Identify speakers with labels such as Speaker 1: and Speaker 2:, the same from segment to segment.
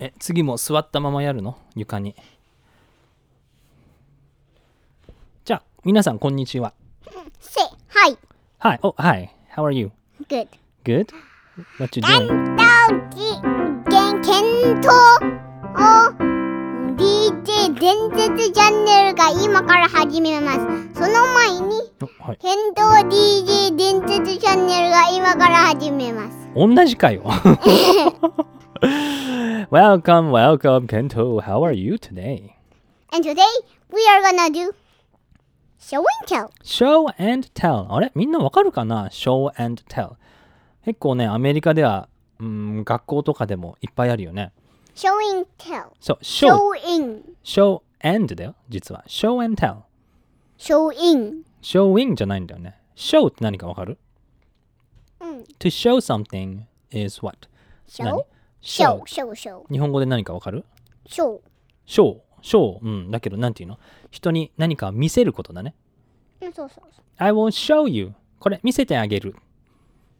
Speaker 1: え次も座ったままやるの床にじゃあ皆さんこんにちは
Speaker 2: Say hi.
Speaker 1: Hi oh hi how are you
Speaker 2: Good.
Speaker 1: good what you
Speaker 2: 伝
Speaker 1: doing
Speaker 2: 道実験検討を DJ 伝説チャンネルが今から始めますその前に
Speaker 1: おはい
Speaker 2: 検討 DJ 伝説チャンネルが今から始めます
Speaker 1: 同じかよ Welcome welcome Kento how are you today
Speaker 2: And today we are gonna do show and tell
Speaker 1: Show and tell あれみんなわかるかな Show and tell 結構ねアメリカではうん学校とかでもいっぱいあるよね
Speaker 2: show and tell
Speaker 1: そう Show
Speaker 2: show in
Speaker 1: Show and だよ実は Show and tell
Speaker 2: show in
Speaker 1: Showing じゃないんだよね Show って何かわかる
Speaker 2: うん
Speaker 1: To show something is what? 何
Speaker 2: show show show show
Speaker 1: 日本語で何かわかる
Speaker 2: show
Speaker 1: ?Show Show うんだけどなんていうの人に何かを見せることだね
Speaker 2: うんそうそうそう
Speaker 1: I will show you これ見せてあげる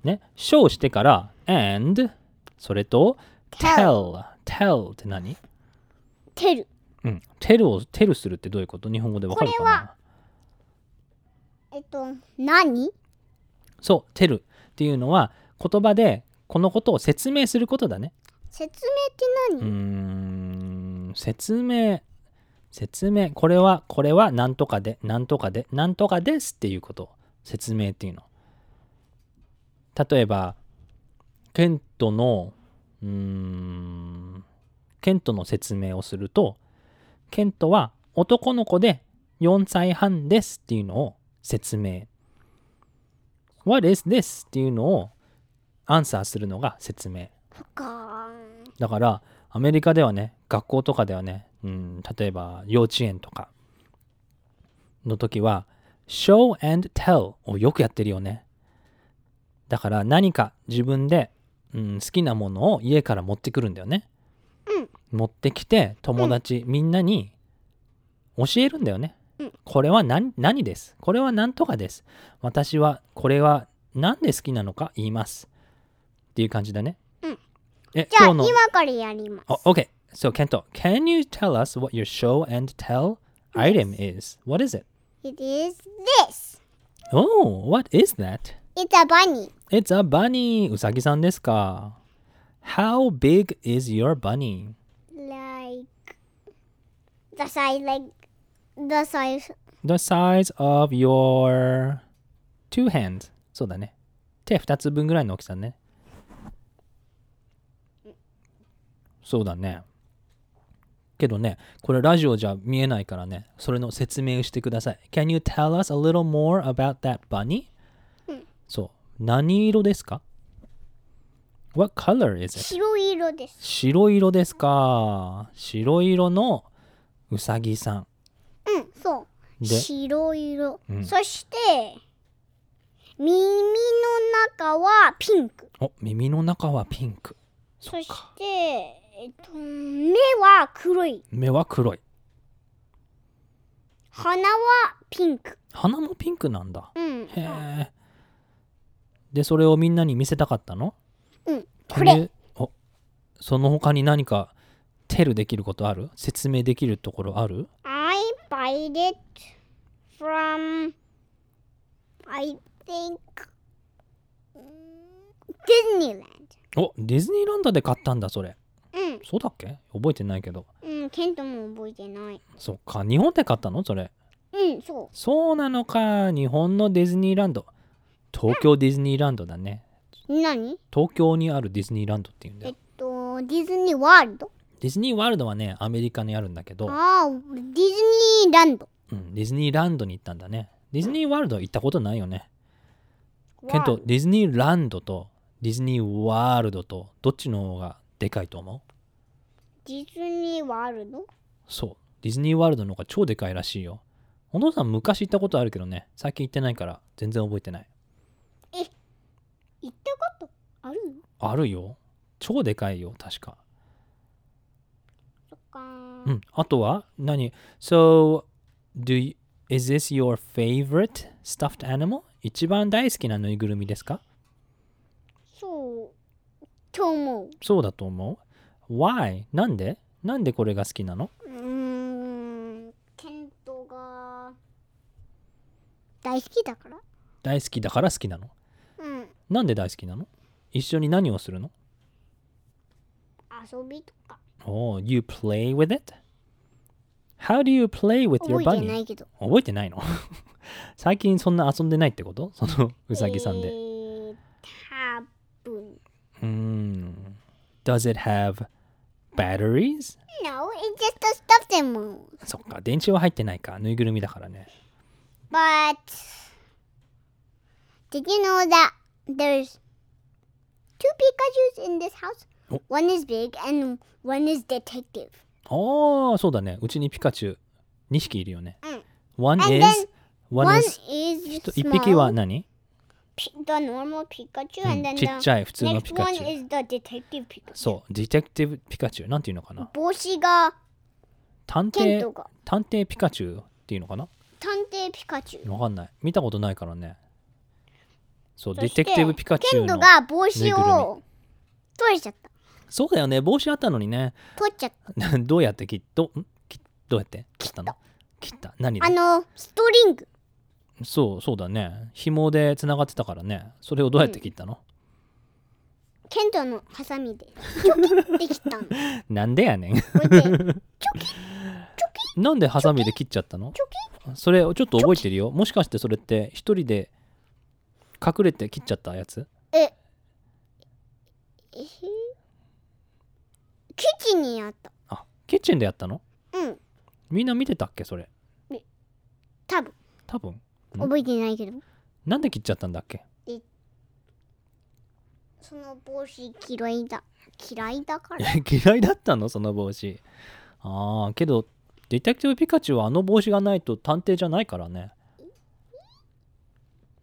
Speaker 1: ね Show してから And それと Tell Tell って何
Speaker 2: tell
Speaker 1: うん。tell を tell するってどういうこと日本語でわかるか
Speaker 2: こ
Speaker 1: な
Speaker 2: れはえっと何
Speaker 1: そう tell っていうのは言葉でこのことを説明することだね
Speaker 2: 説明って何、
Speaker 1: うーん説明説明これはこれはなんとかでなんとかでなんとかですっていうこと説明っていうの例えばケントのうーんケントの説明をするとケントは男の子で4歳半ですっていうのを説明 What is this? っていうのをアンサーするのが説明
Speaker 2: そっかー
Speaker 1: だからアメリカではね学校とかではね、うん、例えば幼稚園とかの時は show and tell をよくやってるよねだから何か自分で、うん、好きなものを家から持ってくるんだよね、持ってきて友達、みんなに教えるんだよね、
Speaker 2: うん
Speaker 1: これは何何ですこれは何とかです私はこれは何で好きなのか言いますっていう感じだね、
Speaker 2: うん
Speaker 1: え
Speaker 2: じゃあ
Speaker 1: 今日の
Speaker 2: 今からやります。
Speaker 1: Oh, okay. So, Kento, can you tell us what your show and tell item is? What is it?
Speaker 2: It is this.
Speaker 1: Oh, what is that?
Speaker 2: It's a bunny.
Speaker 1: It's a bunny. Usagi san desu ka? How big is your bunny?
Speaker 2: Like the size, like the size.
Speaker 1: The size of your two hands. そうだね。手2つ分ぐらいの大きさね。そうだね。けどね、これラジオじゃ見えないからね、それの説明してください。Can you tell us a little more about that bunny? そう。何色ですか ?What color is it?
Speaker 2: 白い色です。
Speaker 1: 白色ですか。白色のうさぎさん。
Speaker 2: うん、そう。
Speaker 1: で
Speaker 2: 白い色。
Speaker 1: ん
Speaker 2: そして耳の中はピンク。
Speaker 1: お、耳の中はピンク。
Speaker 2: そしてえっと目は黒い。
Speaker 1: 目は黒い
Speaker 2: 鼻はピンク。
Speaker 1: 鼻もピンクなんだ
Speaker 2: うん。
Speaker 1: へえでそれをみんなに見せたかったの
Speaker 2: うん。
Speaker 1: Can
Speaker 2: これ
Speaker 1: you- おその他に何かテルできることある説明できるところある
Speaker 2: I bought it from I think Disneyland.
Speaker 1: おディズニーランドで買ったんだそれ
Speaker 2: うん、
Speaker 1: そうだっけ覚えてないけど
Speaker 2: うん、ケントも覚えてない。
Speaker 1: そっか日本で買ったのそれ
Speaker 2: うん、そ
Speaker 1: そうなのか日本のディズニーランド東京ディズニーランドだね
Speaker 2: う。何
Speaker 1: 東京にあるディズニーランドっていうんだ
Speaker 2: えっ
Speaker 1: よ
Speaker 2: と、ディズニーワールド
Speaker 1: ディズニーワールドはねアメリカにあるんだけど
Speaker 2: ああ、ディズニーランド。
Speaker 1: うん、ディズニーランドに行ったんだね。ディズニーワールドは行ったことないよね。ケント、ディズニーランドとディズニーワールドとどっちの方がでかいと思う
Speaker 2: ディズニーワールド
Speaker 1: そう。ディズニーワールドの方が超でかいらしいよ。お父さん昔行ったことあるけどね、最近行ってないから全然覚えてない。
Speaker 2: 行ったことある
Speaker 1: あるよ。超でかいよ、確か。
Speaker 2: そっか
Speaker 1: う
Speaker 2: ー。
Speaker 1: ん。あとは何 ?So, do you, is this your favorite stuffed animal? 一番大好きなぬいぐるみですか
Speaker 2: そう、と思う。
Speaker 1: そうだと思う Why? なんでなんでこれが好きなの
Speaker 2: うーんケントが大好きだから
Speaker 1: 大好きだから好きなの
Speaker 2: うん
Speaker 1: なんで大好きなの一緒に何をするの
Speaker 2: 遊びとか
Speaker 1: Oh, you play with it? How do you play with your bunny?
Speaker 2: 覚えてないけど
Speaker 1: 覚えてないの 最近そんな遊んでないってことそのうさぎさん
Speaker 2: え
Speaker 1: で。
Speaker 2: ー、多分
Speaker 1: うーん。Does it have batteries?
Speaker 2: No, it's just the stuff that moves.
Speaker 1: そっか、電池は入ってないか。ぬいぐるみだからね。
Speaker 2: But did you know that there's two Pikachu's in this house?
Speaker 1: Oh.
Speaker 2: One is big and one is detective.
Speaker 1: ああ、そうだね。うちにピカチュウ2匹いるよね。One
Speaker 2: And
Speaker 1: is,
Speaker 2: One,
Speaker 1: one is,
Speaker 2: is
Speaker 1: 1匹は
Speaker 2: small,
Speaker 1: 何
Speaker 2: pi- the normal Pikachu,
Speaker 1: うん
Speaker 2: and then
Speaker 1: ち
Speaker 2: the
Speaker 1: っちゃい普通のピ
Speaker 2: next
Speaker 1: カ
Speaker 2: one
Speaker 1: チュウ。
Speaker 2: is the detective Pikachu.
Speaker 1: そう、ディテクティブピカチュウ。なんていうのかな
Speaker 2: 帽子が
Speaker 1: 探
Speaker 2: ケント
Speaker 1: 偵、
Speaker 2: が
Speaker 1: 探偵ピカチュウっていうのかな
Speaker 2: 探偵ピカチュウ。
Speaker 1: わかんない。見たことないからね。そう、デ
Speaker 2: そ
Speaker 1: ィ
Speaker 2: して
Speaker 1: テクティブピカチュウ
Speaker 2: ケント
Speaker 1: の。
Speaker 2: が帽
Speaker 1: ぬい
Speaker 2: 子
Speaker 1: ぐる
Speaker 2: を取れちゃった。
Speaker 1: そうだよね。帽子あったのにね。
Speaker 2: 取っちゃった。
Speaker 1: どうやって切っどんきどうやって切ったの切った何
Speaker 2: あ
Speaker 1: で
Speaker 2: の、ストリング。
Speaker 1: そうそうだね紐でつながってたからねそれをどうやって切ったの、
Speaker 2: ケントのハサミでチョキって切った の。こ
Speaker 1: なんでやねん
Speaker 2: うやって
Speaker 1: なんでハサミで切っちゃったの
Speaker 2: チョ
Speaker 1: それをちょっと覚えてるよもしかしてそれって一人で隠れて切っちゃったやつ
Speaker 2: え、えへキッチンにあった。
Speaker 1: あキッチンでやったの
Speaker 2: うん、
Speaker 1: みんな見てたっけそれ
Speaker 2: 多分
Speaker 1: 多分ん
Speaker 2: 覚えてないけど。
Speaker 1: なんで切っちゃったんだっけ
Speaker 2: その帽子嫌いだ。嫌いだから。
Speaker 1: え 嫌いだったのその帽子ああけどディテクティブピカチュウはあの帽子がないと探偵じゃないからね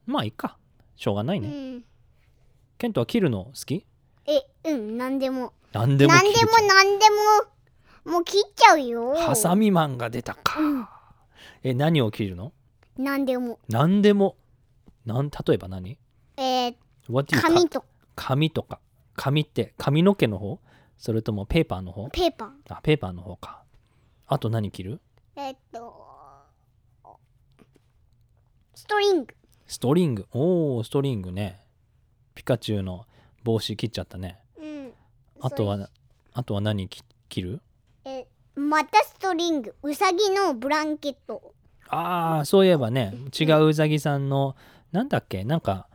Speaker 1: まあいいかしょうがないうね、
Speaker 2: ん。
Speaker 1: ケントは切るの好き
Speaker 2: え、うん、なんでも。
Speaker 1: 何でも
Speaker 2: なん
Speaker 1: 切る
Speaker 2: でもなんでも。もう切っちゃうよ。
Speaker 1: ハサミマンが出たか、え何を切るの
Speaker 2: なんでも。
Speaker 1: 何でもなん例えば何
Speaker 2: えー、
Speaker 1: What do you
Speaker 2: 紙
Speaker 1: cut?
Speaker 2: と
Speaker 1: 紙とか紙って髪の毛の方それともペーパーの方
Speaker 2: ペーパー。
Speaker 1: あペーパーの方かあと何切る
Speaker 2: えーっと、ストリング。
Speaker 1: ストリング。おお、ストリングね。ピカチュウの帽子切っちゃったね。
Speaker 2: うん。
Speaker 1: あと
Speaker 2: そ
Speaker 1: は
Speaker 2: う、
Speaker 1: あとは何き切る
Speaker 2: えまたストリングうさぎのブランケット
Speaker 1: ああ、そういえばね、違ううさぎさんの、なんだっけ、なんか、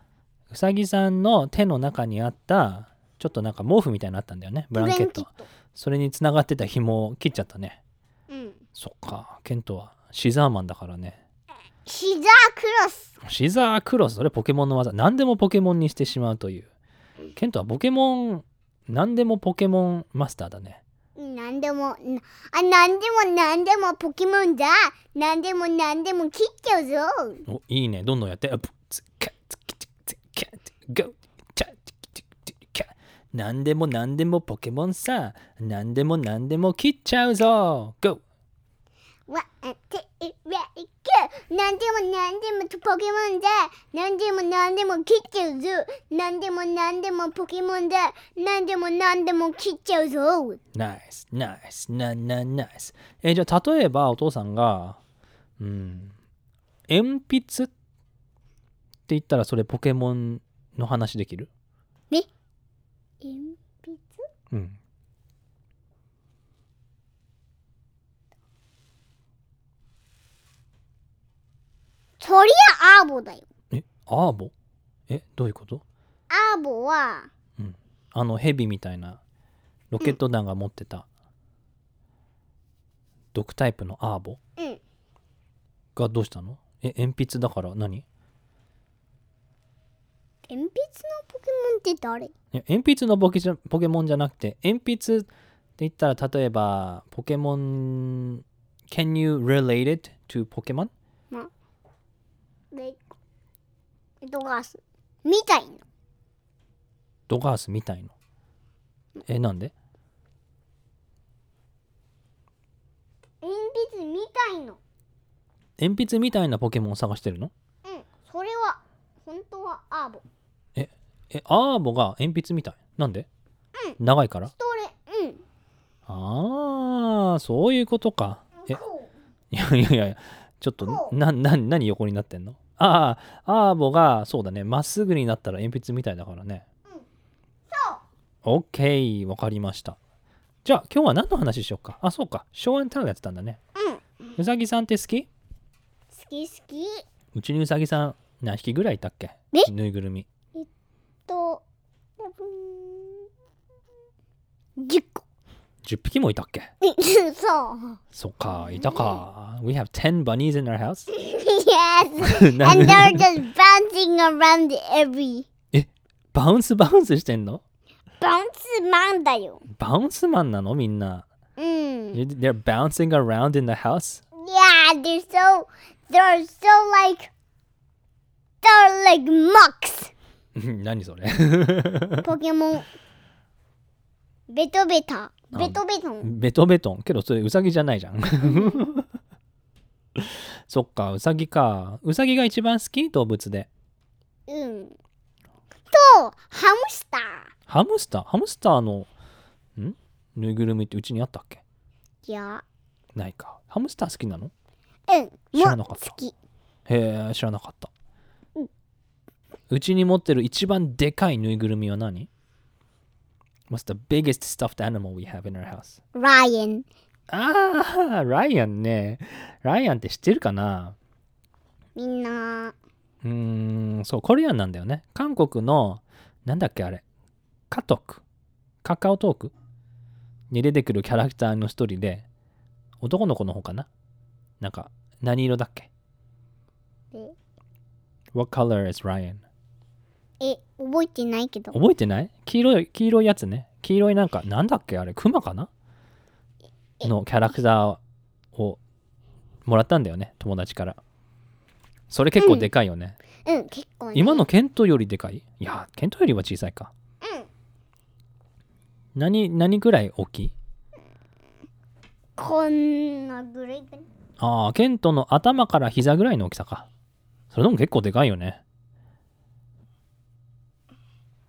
Speaker 1: うさぎさんの手の中にあった、ちょっとなんか毛布みたいなのあったんだよね、ブランケット。それにつながってた紐を切っちゃったね。
Speaker 2: うん
Speaker 1: そっか、ケントはシザーマンだからね。
Speaker 2: 膝クロス
Speaker 1: シザークロス、それポケモンの技。何でもポケモンにしてしまうという。ケントはポケモン、何でもポケモンマスターだね。
Speaker 2: なんでもなあなんでもなんでもポケモンだなんでもなんでも切っちゃうぞ
Speaker 1: おいいねどんどんやってあぶつかつきつきつきかつきごちゃつきつきつきかなんでもなんでもポケモンさなんでもなんでも切っちゃうぞ Go!
Speaker 2: わっていわいくなんでもなんでもポケモンだなんでもなんでも切っちゃうぞなんでもなんでもポケモンだなんでもなんでも切っちゃうぞ
Speaker 1: ナイスナイスナナナイスえじゃあ例えばお父さんがうん鉛筆って言ったらそれポケモンの話できる
Speaker 2: 鉛筆
Speaker 1: うん
Speaker 2: そりゃアーボだよ
Speaker 1: えアーボえどういうこと
Speaker 2: アーボは
Speaker 1: あのヘビみたいなロケット弾が持ってた、毒タイプのアーボ
Speaker 2: うん
Speaker 1: がどうしたのえ鉛筆だから何い
Speaker 2: 鉛筆のポケモンって誰
Speaker 1: や鉛筆のポケじゃポケモンじゃなくて鉛筆って言ったら例えばポケモン Can you relate it to ポケモン
Speaker 2: レッドガスみたいな
Speaker 1: ドガースみたいのえなんで
Speaker 2: 鉛筆みたいの
Speaker 1: 鉛筆みたいなポケモンを探してるの
Speaker 2: うんそれは本当はアーボ
Speaker 1: えアーボが鉛筆みたいなんで長いから
Speaker 2: それうん
Speaker 1: ああ、そういうことか。え、
Speaker 2: こう
Speaker 1: いやいやいや、ちょっと、な、な、何横になってんのああ、アーボが、そうだね、まっすぐになったら鉛筆みたいだからね。
Speaker 2: そう
Speaker 1: オッケー、わかりました。じゃあ、今日は何の話しようか。あ、そうか、ショーアンターやってたんだね。
Speaker 2: うん好
Speaker 1: うさぎさんって好き
Speaker 2: き好き
Speaker 1: うちにうさぎさん何匹ぐらいいたっけ
Speaker 2: え
Speaker 1: ぬいぐるみ。
Speaker 2: と多分10個
Speaker 1: 10匹もいたっけ
Speaker 2: え そう
Speaker 1: そっか、いたか。We have 10 bunnies in our house?
Speaker 2: Yes
Speaker 1: な
Speaker 2: and they're just bouncing around every
Speaker 1: バウンスバウンスしてんの
Speaker 2: バウンスマンだよ
Speaker 1: バウンスマンなのみんな。
Speaker 2: うん
Speaker 1: They're bouncing around in the house?
Speaker 2: Yeah they're so they're so like they're like mucks
Speaker 1: 何それ
Speaker 2: ポケモンベトベタベトベトン
Speaker 1: ベトベトン。けどそれウサギじゃないじゃん。 そっか、ウサギか。ウサギが一番好き動物で。
Speaker 2: うんとハムスター
Speaker 1: ハムスターハムスターの、んぬいぐるみってうちにあったっけ
Speaker 2: いや
Speaker 1: ないか。ハムスター好きなの
Speaker 2: うん
Speaker 1: 知らな
Speaker 2: も
Speaker 1: かった
Speaker 2: 好き
Speaker 1: へえ、知らなかった
Speaker 2: うん。
Speaker 1: うちに持ってる一番でかいぬいぐるみは何 ?What's the biggest stuffed animal we have in our house?
Speaker 2: ライオン
Speaker 1: ああ、ライアンね。ライアンって知ってるかな
Speaker 2: みんな
Speaker 1: うーん、そう、コリアンなんだよね。韓国の、なんだっけあれ、カトク、カカオトークに出てくるキャラクターの一人で、男の子の方かななんか、何色だっけ
Speaker 2: え
Speaker 1: ?What color is Ryan?
Speaker 2: え覚えてないけど
Speaker 1: 覚えてない黄色い、黄色いやつね。黄色いなんか、なんだっけあれ、クマかな
Speaker 2: え
Speaker 1: のキャラクターをもらったんだよね、友達から。それ結構でかいよね。
Speaker 2: うん結構ね
Speaker 1: 今のケントよりでかいいや、ケントよりは小さいか。
Speaker 2: うん
Speaker 1: 何、何ぐらい大きい
Speaker 2: こんなぐらいかな
Speaker 1: ああ、ケントの頭から膝ぐらいの大きさか。それでも結構でかいよね。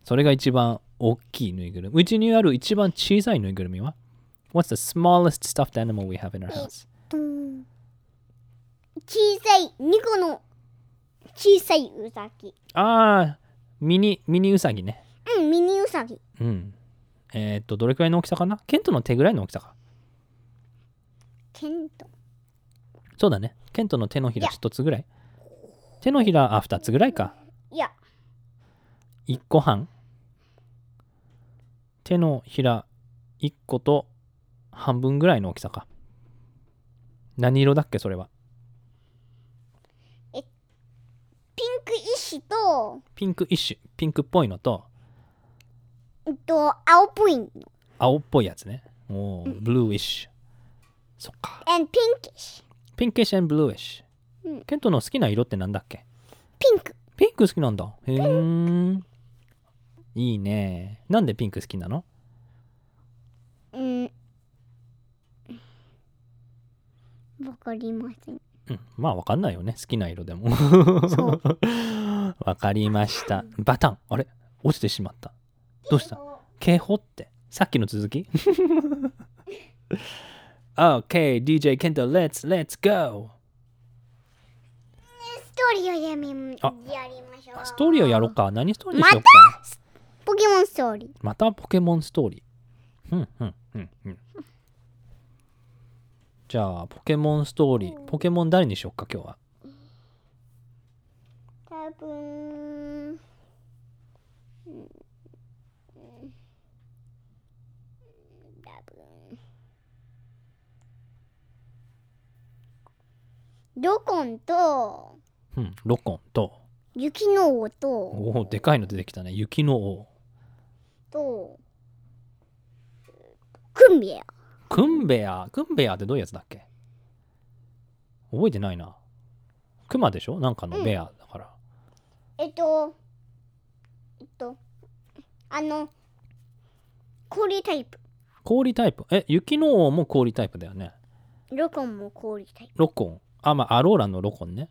Speaker 1: それが一番大きいぬいぐるみ。うちにある一番小さいぬいぐるみは ?What's the smallest stuffed animal we have in our house?
Speaker 2: と小さい2個の小さいウサギ
Speaker 1: ああ、ミニ、ミニウサギね。
Speaker 2: うんミニウサギ
Speaker 1: うん。えーっと、どれくらいの大きさかなケントの手ぐらいの大きさか。
Speaker 2: ケント
Speaker 1: そうだね。ケントの手のひら
Speaker 2: いや
Speaker 1: 一つぐらい。手のひら、あ、二つぐらいか。
Speaker 2: いや
Speaker 1: 1個半手のひら1個と半分ぐらいの大きさか何色だっけそれは
Speaker 2: ピンク石と
Speaker 1: ピンク一種ピンクっぽいのと
Speaker 2: うんと青っぽいの
Speaker 1: 青っぽいやつねおーブルーイッシュそっか
Speaker 2: and ピンク石
Speaker 1: ピンキッシュブルーイッシ
Speaker 2: うん
Speaker 1: ュケントの好きな色ってなんだっけ
Speaker 2: ピンク
Speaker 1: ピンク好きなんだへえいいねなんでピンク好きなの
Speaker 2: うんわかりません
Speaker 1: うん、まあわかんないよね好きな色でも
Speaker 2: そう
Speaker 1: わかりましたバタンあれ落ちてしまったどうした警報ってさっきの続 き ?OKDJ ケント Let's Let's Go
Speaker 2: ストーリーをやめ
Speaker 1: あ
Speaker 2: やりましょう
Speaker 1: ストーリーをやろうか何ストーリーしようか
Speaker 2: ポケモンストーリー
Speaker 1: またポケモンストーリーうんうんうんうんじゃあポケモンストーリーポケモン誰にしようか今日は
Speaker 2: 多分うん多分ロコンと
Speaker 1: うんロコンと
Speaker 2: 雪の王と
Speaker 1: おおでかいの出てきたね雪の王
Speaker 2: とクンビア
Speaker 1: クンベア、クンベアってどういうやつだっけ覚えてないな。クマでしょなんか
Speaker 2: う
Speaker 1: の
Speaker 2: ん
Speaker 1: ベアだから。
Speaker 2: えっとえっとあの氷タイプ
Speaker 1: 氷タイプ。え、雪の王も氷タイプだよね。
Speaker 2: ロコンも氷タイ
Speaker 1: ロコン。あ、まあ、アローラのロコンね。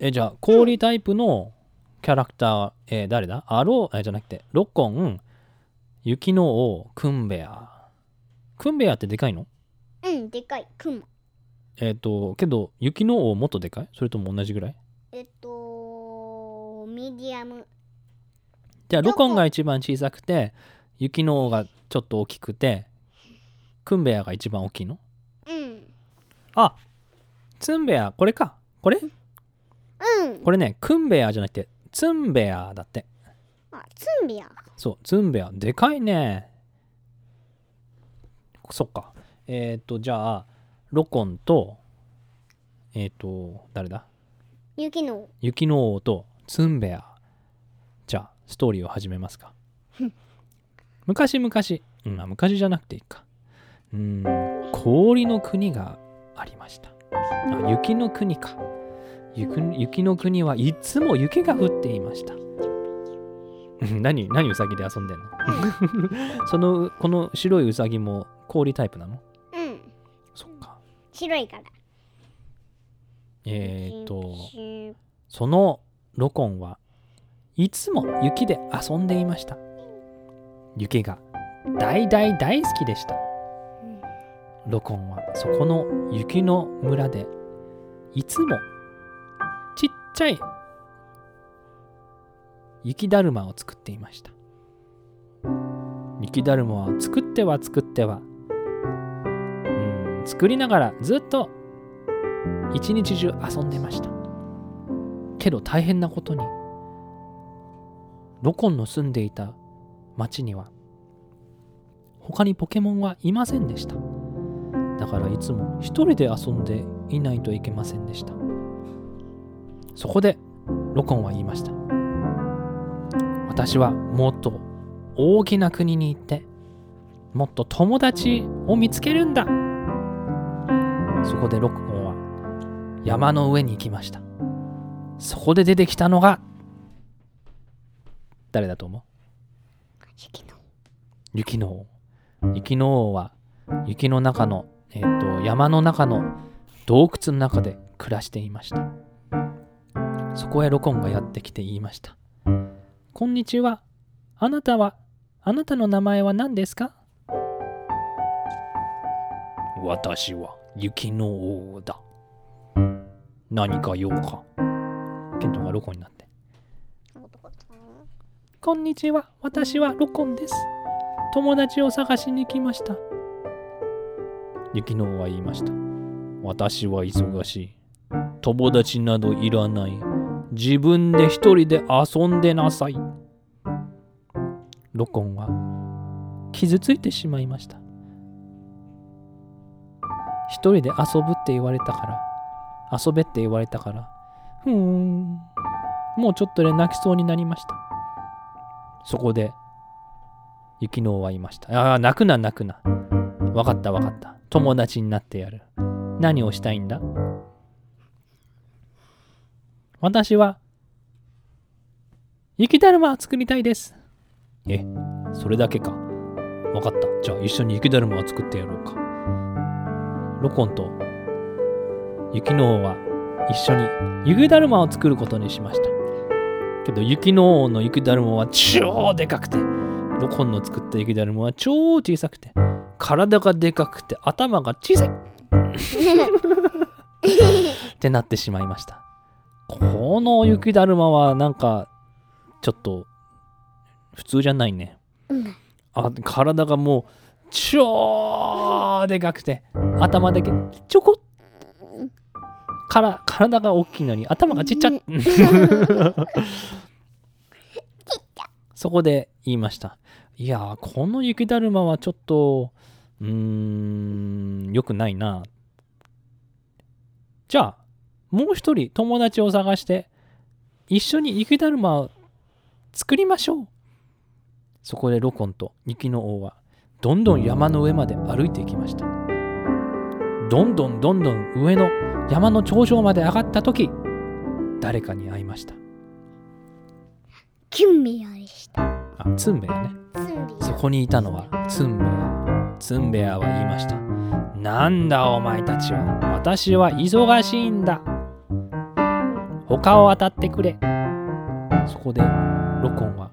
Speaker 1: え、じゃあ、氷タイプのキャラクター、えー誰だアロー、えじゃなくて、ロコン、雪の王、クンベア。クンベアってでかいの
Speaker 2: うん、でかい、クマ。
Speaker 1: えっ、と、けど、雪の王もっとでかいそれとも同じぐらい
Speaker 2: えっと、ミディアム。
Speaker 1: じゃあ、
Speaker 2: ど
Speaker 1: ロ
Speaker 2: こ
Speaker 1: コンが一番小さくて、雪の王がちょっと大きくて、クンベアが一番大きいの
Speaker 2: うん。
Speaker 1: あ、ツンベア、これか。これ
Speaker 2: うん。
Speaker 1: これね、クンベアじゃなくて、ツンベアだって。
Speaker 2: あ、ツンビア。
Speaker 1: そう、ツンベア、でかいね。そっか。えっ、と、じゃあ、ロコンと、えっ、と、誰だ
Speaker 2: 雪の。
Speaker 1: 雪の王とツンベアじゃあストーリーを始めますか昔々、うん、まあ昔じゃなくていいかうーん氷の国がありましたあ雪の国か雪雪の国はいつも雪が降っていました うん何何ウサギで遊んでんの そのこの白いウサギも氷タイプなの
Speaker 2: うん。
Speaker 1: そっか
Speaker 2: 白いから。
Speaker 1: えー、っと
Speaker 2: シュッ
Speaker 1: そのロコンはいつも雪で遊んでいました雪が大大大好きでしたロコンはそこの雪の村でいつもちっちゃい雪だるまを作っていました雪だるまは作っては作ってはうん作りながらずっと一日中遊んでましたけど大変なことにロコンの住んでいた町には他にポケモンはいませんでしただからいつも一人で遊んでいないといけませんでしたそこでロコンは言いました私はもっと大きな国に行ってもっと友達を見つけるんだそこでロコンは山の上に行きましたそこで出てきたのが誰だと思う
Speaker 2: 雪の。
Speaker 1: 雪の王雪の王は雪の中の、えっと山の中の洞窟の中で暮らしていましたそこへロコンがやってきて言いました「こんにちはあなたはあなたの名前は何ですか?」「私は雪の王だ何か用か?」ケントがロコンになって
Speaker 2: 男さん
Speaker 1: こんにちは。私はロコンです。友達を探しに来ました。雪の王は言いました。私は忙しい。友達などいらない。自分で一人で遊んでなさい。ロコンは傷ついてしまいました。一人で遊ぶって言われたから、遊べって言われたから、ふーん、もうちょっとで泣きそうになりました。そこで、雪の王はいました。ああ、泣くな、泣くな。わかった、わかった。友達になってやる。何をしたいんだ私は、雪だるまを作りたいです。え、それだけか。わかった。じゃあ一緒に雪だるまを作ってやろうか。ロコンと雪の王は一緒に雪だるまを作ることにしました。けど雪の王の雪だるまは超でかくてロコンの作った雪だるまは超小さくて体がでかくて頭が小さいってなってしまいましたこの雪だるまはなんかちょっと普通じゃないね
Speaker 2: うん。
Speaker 1: あ体がもう超でかくて頭だけちょこから体が大きいのに頭がちっちゃそこで言いましたいやーこの雪だるまはちょっとうーん良くないなじゃあもう一人友達を探して一緒に雪だるまを作りましょうそこでロコンと雪の王はどんどん山の上まで歩いていきましたどんどんどんどん上の山の頂上まで上がった時誰かに会いました
Speaker 2: キュンビアでした。
Speaker 1: あツンベだね
Speaker 2: ツンビ
Speaker 1: そこにいたのはツンベア。ツンベアは言いました。なんだお前たちは。私は忙しいんだ。他を当たってくれ。そこでロコンは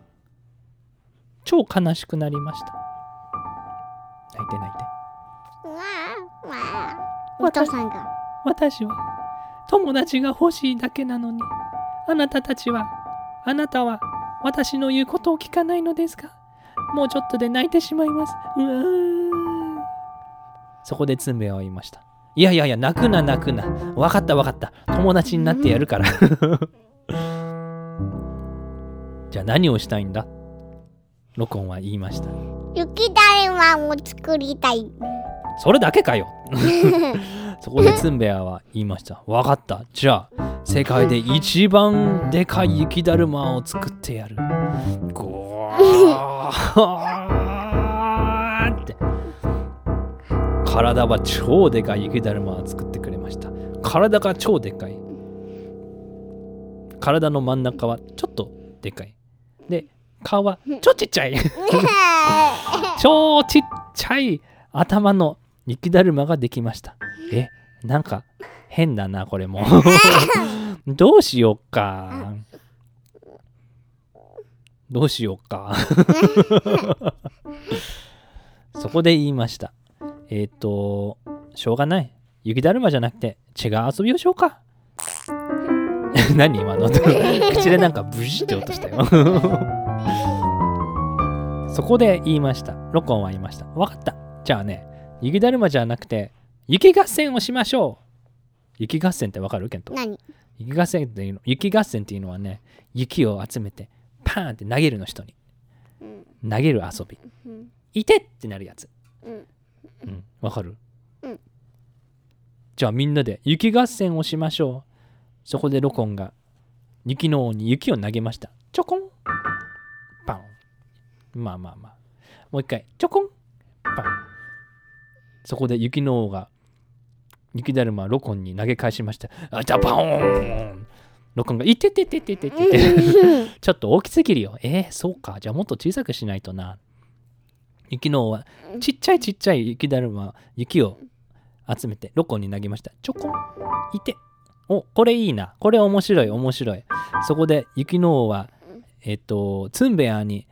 Speaker 1: 超悲しくなりました。泣いて泣いて。
Speaker 2: わあわあお父さんが
Speaker 1: 私は友達が欲しいだけなのにあなたたちはあなたは私の言うことを聞かないのですかもうちょっとで泣いてしまいますうわーそこでツンベイは言いましたいやいやいや泣くな泣くなわかったわかった友達になってやるから じゃあ何をしたいんだロコンは言いました
Speaker 2: 雪だるまを作りたい
Speaker 1: それだけかよそこでツンベアは言いました。わかった。じゃあ、世界で一番でかい雪だるまを作ってやる。ゴーって。体は超でかい雪だるまを作ってくれました。体が超でかい。体の真ん中はちょっとでかい。で、顔はちょちっちゃい。超ちっちゃい頭の雪だるまができましたえなんか変だなこれもどうしよっかどうしよっかそこで言いましたえっ、としょうがない雪だるまじゃなくて違う遊びをしようか 何今の音口でなんかブジって音したよ そこで言いました。ロコンは言いました。わかった。じゃあね、雪だるまじゃなくて、雪合戦をしましょう。雪合戦ってわかるケント。
Speaker 2: 何
Speaker 1: 雪合戦っていうの、雪合戦っていうのはね、雪を集めて、パーンって投げるの人に。
Speaker 2: うん
Speaker 1: 投げる遊び。
Speaker 2: うん
Speaker 1: いてってなるやつ。
Speaker 2: うん
Speaker 1: うん、わかる
Speaker 2: うん
Speaker 1: じゃあみんなで雪合戦をしましょう。そこでロコンが雪の王に雪を投げました。ちょこんパンまあまあまあ。もう一回、ちょこんパンそこで雪の王が雪だるまロコンに投げ返しました。あじゃあパオーンロコンがいててててててて。ちょっと大きすぎるよ。えー、そうか。じゃあもっと小さくしないとな。雪の王は
Speaker 2: うん
Speaker 1: ちっちゃいちっちゃい雪だるま、雪を集めてロコンに投げました。ちょこん、いて。お、これいいな。これ面白い、面白い。そこで雪の王は、えっと、ツンベアに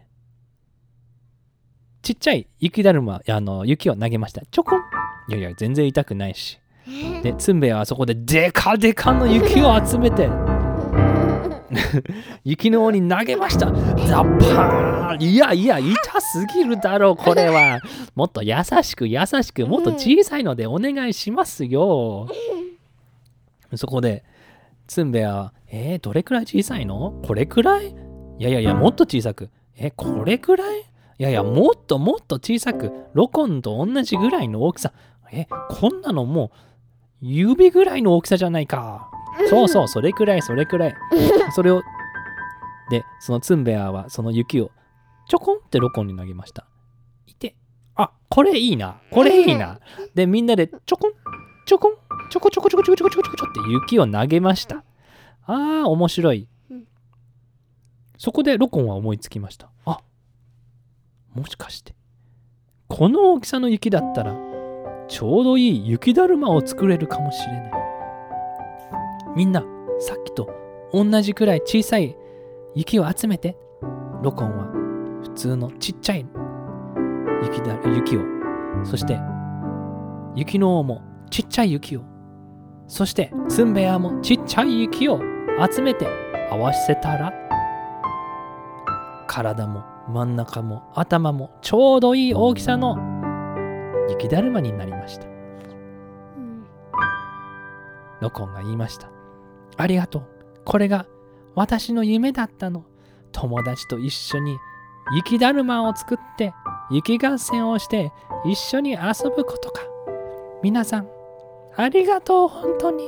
Speaker 1: ちっちゃい雪だるま、あの、雪を投げました。ちょこん。いやいや、全然痛くないし。で、ツンベアはそこでデカデカの雪を集めて、雪の王に投げました。ザッパーンいやいや、痛すぎるだろう、これは。もっと優しく優しく、もっと小さいのでお願いしますよ。そこで、ツンベアは、えー、どれくらい小さいのこれくらいいやいやいや、もっと小さく。え、これくらいいやいや、もっともっと小さく。ロコンと同じぐらいの大きさ。え、こんなのもう、指ぐらいの大きさじゃないか。そうそう、それくらい、それくらい。それをでそのツンベアはその雪をちょこんってロコンに投げましたいてあこれいいなこれいいなでみんなでちょこんちょこんちょこちょこちょこちょこちょこちょこちょこって雪を投げましたあー面白い
Speaker 2: うん
Speaker 1: そこでロコンは思いつきましたあもしかしてこの大きさの雪だったらちょうどいい雪だるまを作れるかもしれないみんなさっきと同じくらい小さい雪を集めてロコンは普通のちっちゃい雪だ雪をそして雪の王もちっちゃい雪をそしてツンベアもちっちゃい雪を集めて合わせたら体も真ん中も頭もちょうどいい大きさの雪だるまになりましたロコンが言いました。ありがとう。これが私の夢だったの。友達と一緒に雪だるまを作って雪合戦をして一緒に遊ぶことか。皆さん、ありがとう、本当に。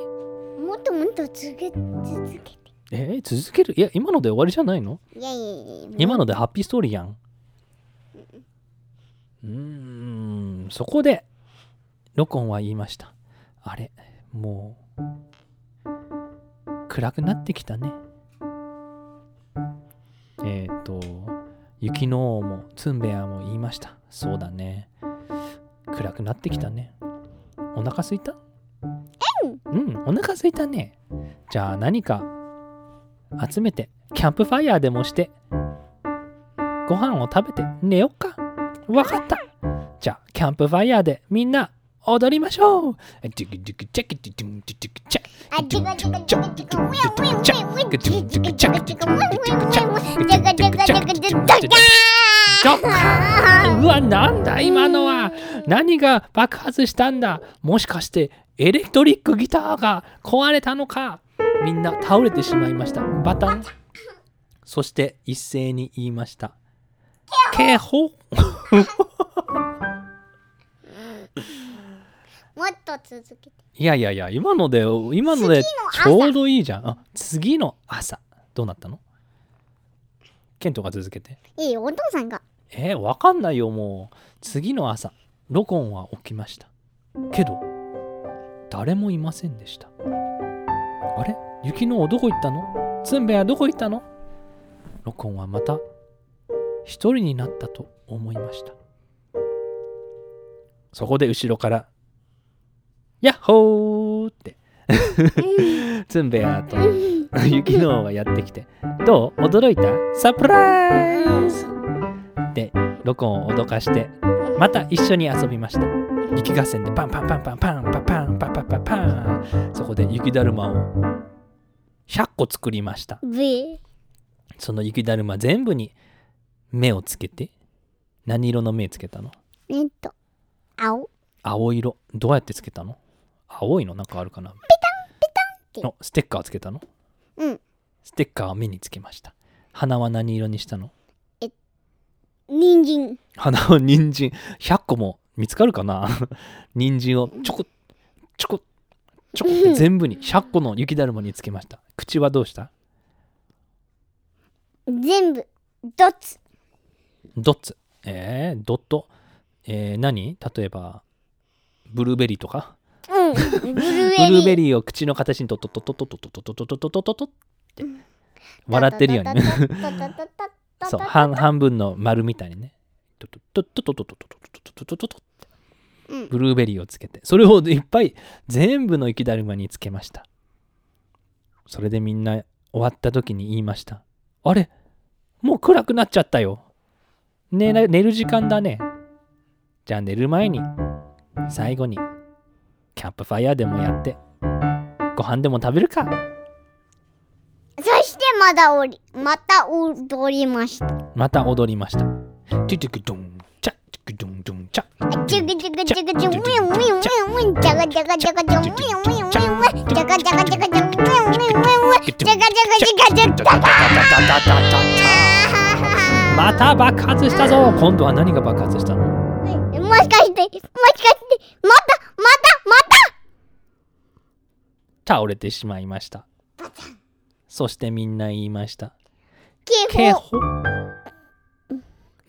Speaker 2: もっともっと続け続けて
Speaker 1: えー続けるいや、今ので終わりじゃないの
Speaker 2: いやいやいや
Speaker 1: 今のでハッピーストーリーやん。うーん、そこで、ロコンは言いました。あれ、もう、暗くなってきたね。えっ、と、雪の王もツンベアも言いました。そうだね。暗くなってきたね。お腹すいたうん、お腹すいたね。じゃあ何か集めて、キャンプファイヤーでもして、ご飯を食べて寝よっか。わかった。じゃあ、キャンプファイヤーでみんな踊りましょうドゥクドゥクチャキドゥドゥンドゥドゥクチャ
Speaker 2: あ
Speaker 1: ド
Speaker 2: じ
Speaker 1: ゥン
Speaker 2: が
Speaker 1: ド
Speaker 2: じが
Speaker 1: ゥン
Speaker 2: じ
Speaker 1: チャ
Speaker 2: が
Speaker 1: キ
Speaker 2: じ
Speaker 1: ド
Speaker 2: がウィ
Speaker 1: ゥ
Speaker 2: ン
Speaker 1: ドゥン
Speaker 2: ウ
Speaker 1: チャ
Speaker 2: ィンウィン
Speaker 1: キドゥドゥクチャキドゥドゥクチャ
Speaker 2: じゃがじゃがじゃがじゃがじ
Speaker 1: ドッカーンうわなんだ今のは何が爆発したんだもしかしてエレクトリックギターが壊れたのかみんな倒れてしまいましたバタンそして一斉に言いました警報
Speaker 2: もっと続けて
Speaker 1: いやいやいや今ので今のでち
Speaker 2: 次の朝
Speaker 1: ょうどいいじゃんあ次の朝どうなったのケントが続けて
Speaker 2: いいよお父さんが
Speaker 1: えー、わかんないよもう次の朝ロコンは起きましたけど誰もいませんでしたあれ雪のどこ行ったのツンベはどこ行ったのロコンはまた一人になったと思いましたそこで後ろから「ヤッホー!」ってツンベアと 雪の王がやってきて「どう驚いたサプライズ!」でロコンを脅かしてまた一緒に遊びました雪合戦でパンパンパンパンパンパンパンパンパンパンパンそこで雪だるまを100個作りました
Speaker 2: ブ
Speaker 1: その雪だるま全部に目をつけて何色の目つけたの
Speaker 2: えっと青
Speaker 1: 青色どうやってつけたの青いのなんかあるかなピ
Speaker 2: ピタンって
Speaker 1: のステッカーつけたの
Speaker 2: うん
Speaker 1: ステッカーを目につけました鼻は何色にしたの
Speaker 2: 人参
Speaker 1: 花を人参100個も見つかるかな人参をちょこちょこちょこって全部に100個の雪だるまにつけました口はどうした
Speaker 2: 全部ドッツ
Speaker 1: ドッツえー、ドットえー、何例えばブルーベリーとか
Speaker 2: うんブルーベ
Speaker 1: ブルーベ
Speaker 2: リー
Speaker 1: リーを口の形にトトトトトトトトトトトトトトって笑ってるようにそう半半分の丸みたいにねトトトトトトトトトトトトト
Speaker 2: うん
Speaker 1: ブルーベリーをつけてそれをいっぱい全部の雪だるまにつけましたそれでみんな終わった時に言いましたあれもう暗くなっちゃったよ寝ら寝る時間だねじゃあ寝る前に最後にキャンプファイヤーでもやってご飯でも食べるか
Speaker 2: そしてまだおりまた踊りました
Speaker 1: また踊りました。トゥトゥクドンチャトゥクドンドンチャ
Speaker 2: チュグチュグチュグチュウィンウィンウィンウィンジャガジャガジャガジャウィンウィンウィンウィンジャガジャガジャガジャウィンウィンウィンウィンジャガジャガジャガジャガ
Speaker 1: また爆発したぞ今度は何が爆発したの
Speaker 2: もしかしてもしかしてまたまたまた
Speaker 1: 倒れてしまいました。そしてみんな言いました。
Speaker 2: 警
Speaker 1: 警
Speaker 2: 報
Speaker 1: 報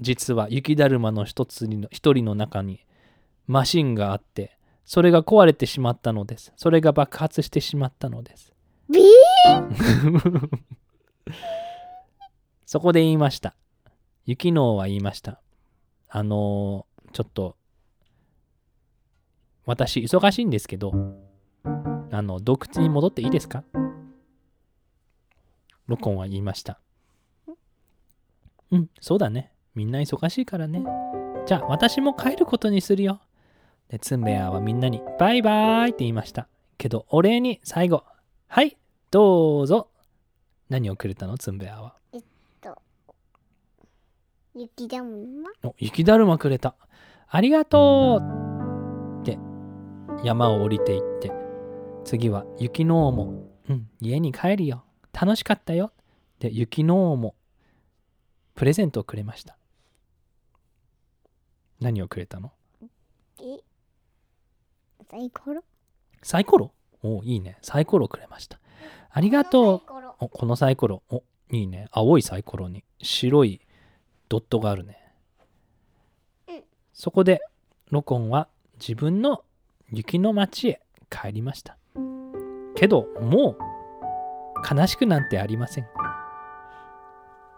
Speaker 1: 実は雪だるまの一つに一人の中にマシンがあってそれが壊れてしまったのですそれが爆発してしまったのです
Speaker 2: ビ
Speaker 1: そこで言いました雪の王は言いましたあのーちょっと私忙しいんですけどあの洞窟に戻っていいですかロコンは言いましたうんそうだねみんな忙しいからねじゃあ私も帰ることにするよでツンベアはみんなにバイバーイって言いましたけどお礼に最後はいどうぞ何をくれたのツンベアは
Speaker 2: 雪だもんな
Speaker 1: お雪だるまくれたありがとうって山を降りていって次は雪の王も、うん、家に帰るよ楽しかったよで雪の王もプレゼントをくれました何をくれたの
Speaker 2: えサイコロ
Speaker 1: サイコロおいいねサイコロくれましたありがとうおこのサイコロおいいね青いサイコロに白いドットがあるね、
Speaker 2: うん
Speaker 1: そこでロコンは自分の雪の町へ帰りましたけどもう悲しくなんてありません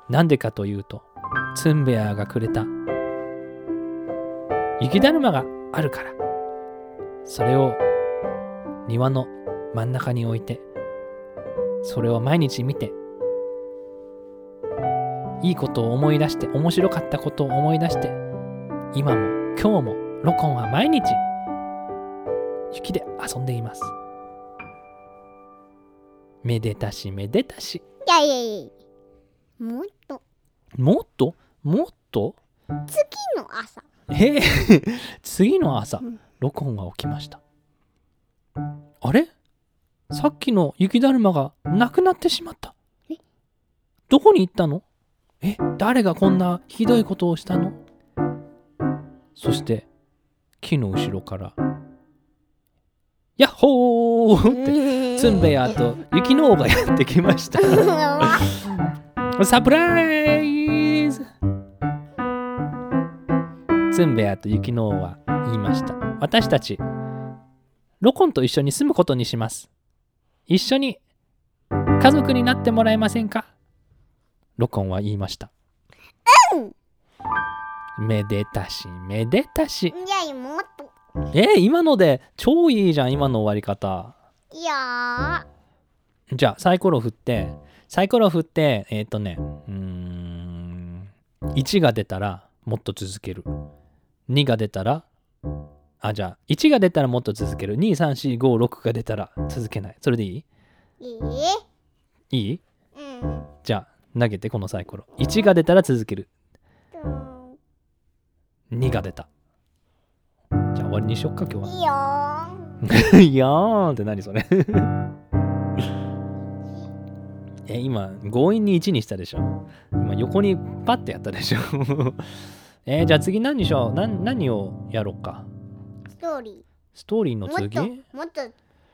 Speaker 1: なんでかというとツンベアがくれた雪だるまがあるからそれを庭の真ん中に置いてそれを毎日見ていいことを思い出して面白かったことを思い出して今も今日もロコンは毎日雪で遊んでいますめでたしめでたし
Speaker 2: いやいやいやもっと
Speaker 1: もっともっと
Speaker 2: 次の 朝
Speaker 1: えー次の朝
Speaker 2: うん
Speaker 1: 録音が起きましたあれさっきの雪だるまがなくなってしまった
Speaker 2: え
Speaker 1: どこに行ったのえ誰がこんなひどいことをしたのそして木の後ろから「やっほー!」ってツンベイヤーと雪の王がやってきました
Speaker 2: うわ
Speaker 1: サプライズツンベアとユキノオは言いました。私たち、ロコンと一緒に住むことにします。一緒に家族になってもらえませんかロコンは言いました。うんめでたし、めでたし。
Speaker 2: いやいやもっと
Speaker 1: えー今ので超いいじゃん、今の終わり方。
Speaker 2: いや
Speaker 1: じゃあサイコロ振ってサイコロ振ってえっ、とねうーん1が出たらもっと続ける2が出たらあじゃあ1が出たらもっと続ける23456が出たら続けないそれでい
Speaker 2: ええ
Speaker 1: いいい
Speaker 2: うん
Speaker 1: じゃあ投げてこのサイコロ1が出たら続ける
Speaker 2: と
Speaker 1: 2が出たじゃあ終わりにしよっか今日
Speaker 2: いいよ
Speaker 1: は いやーんって何それ え今強引に1にしたでしょ今横にパッてやったでしょ えーじゃあ次何にしよう何何をやろうか
Speaker 2: ストーリ
Speaker 1: ストーリー
Speaker 2: ー
Speaker 1: の
Speaker 2: もっ
Speaker 1: 次
Speaker 2: ともっと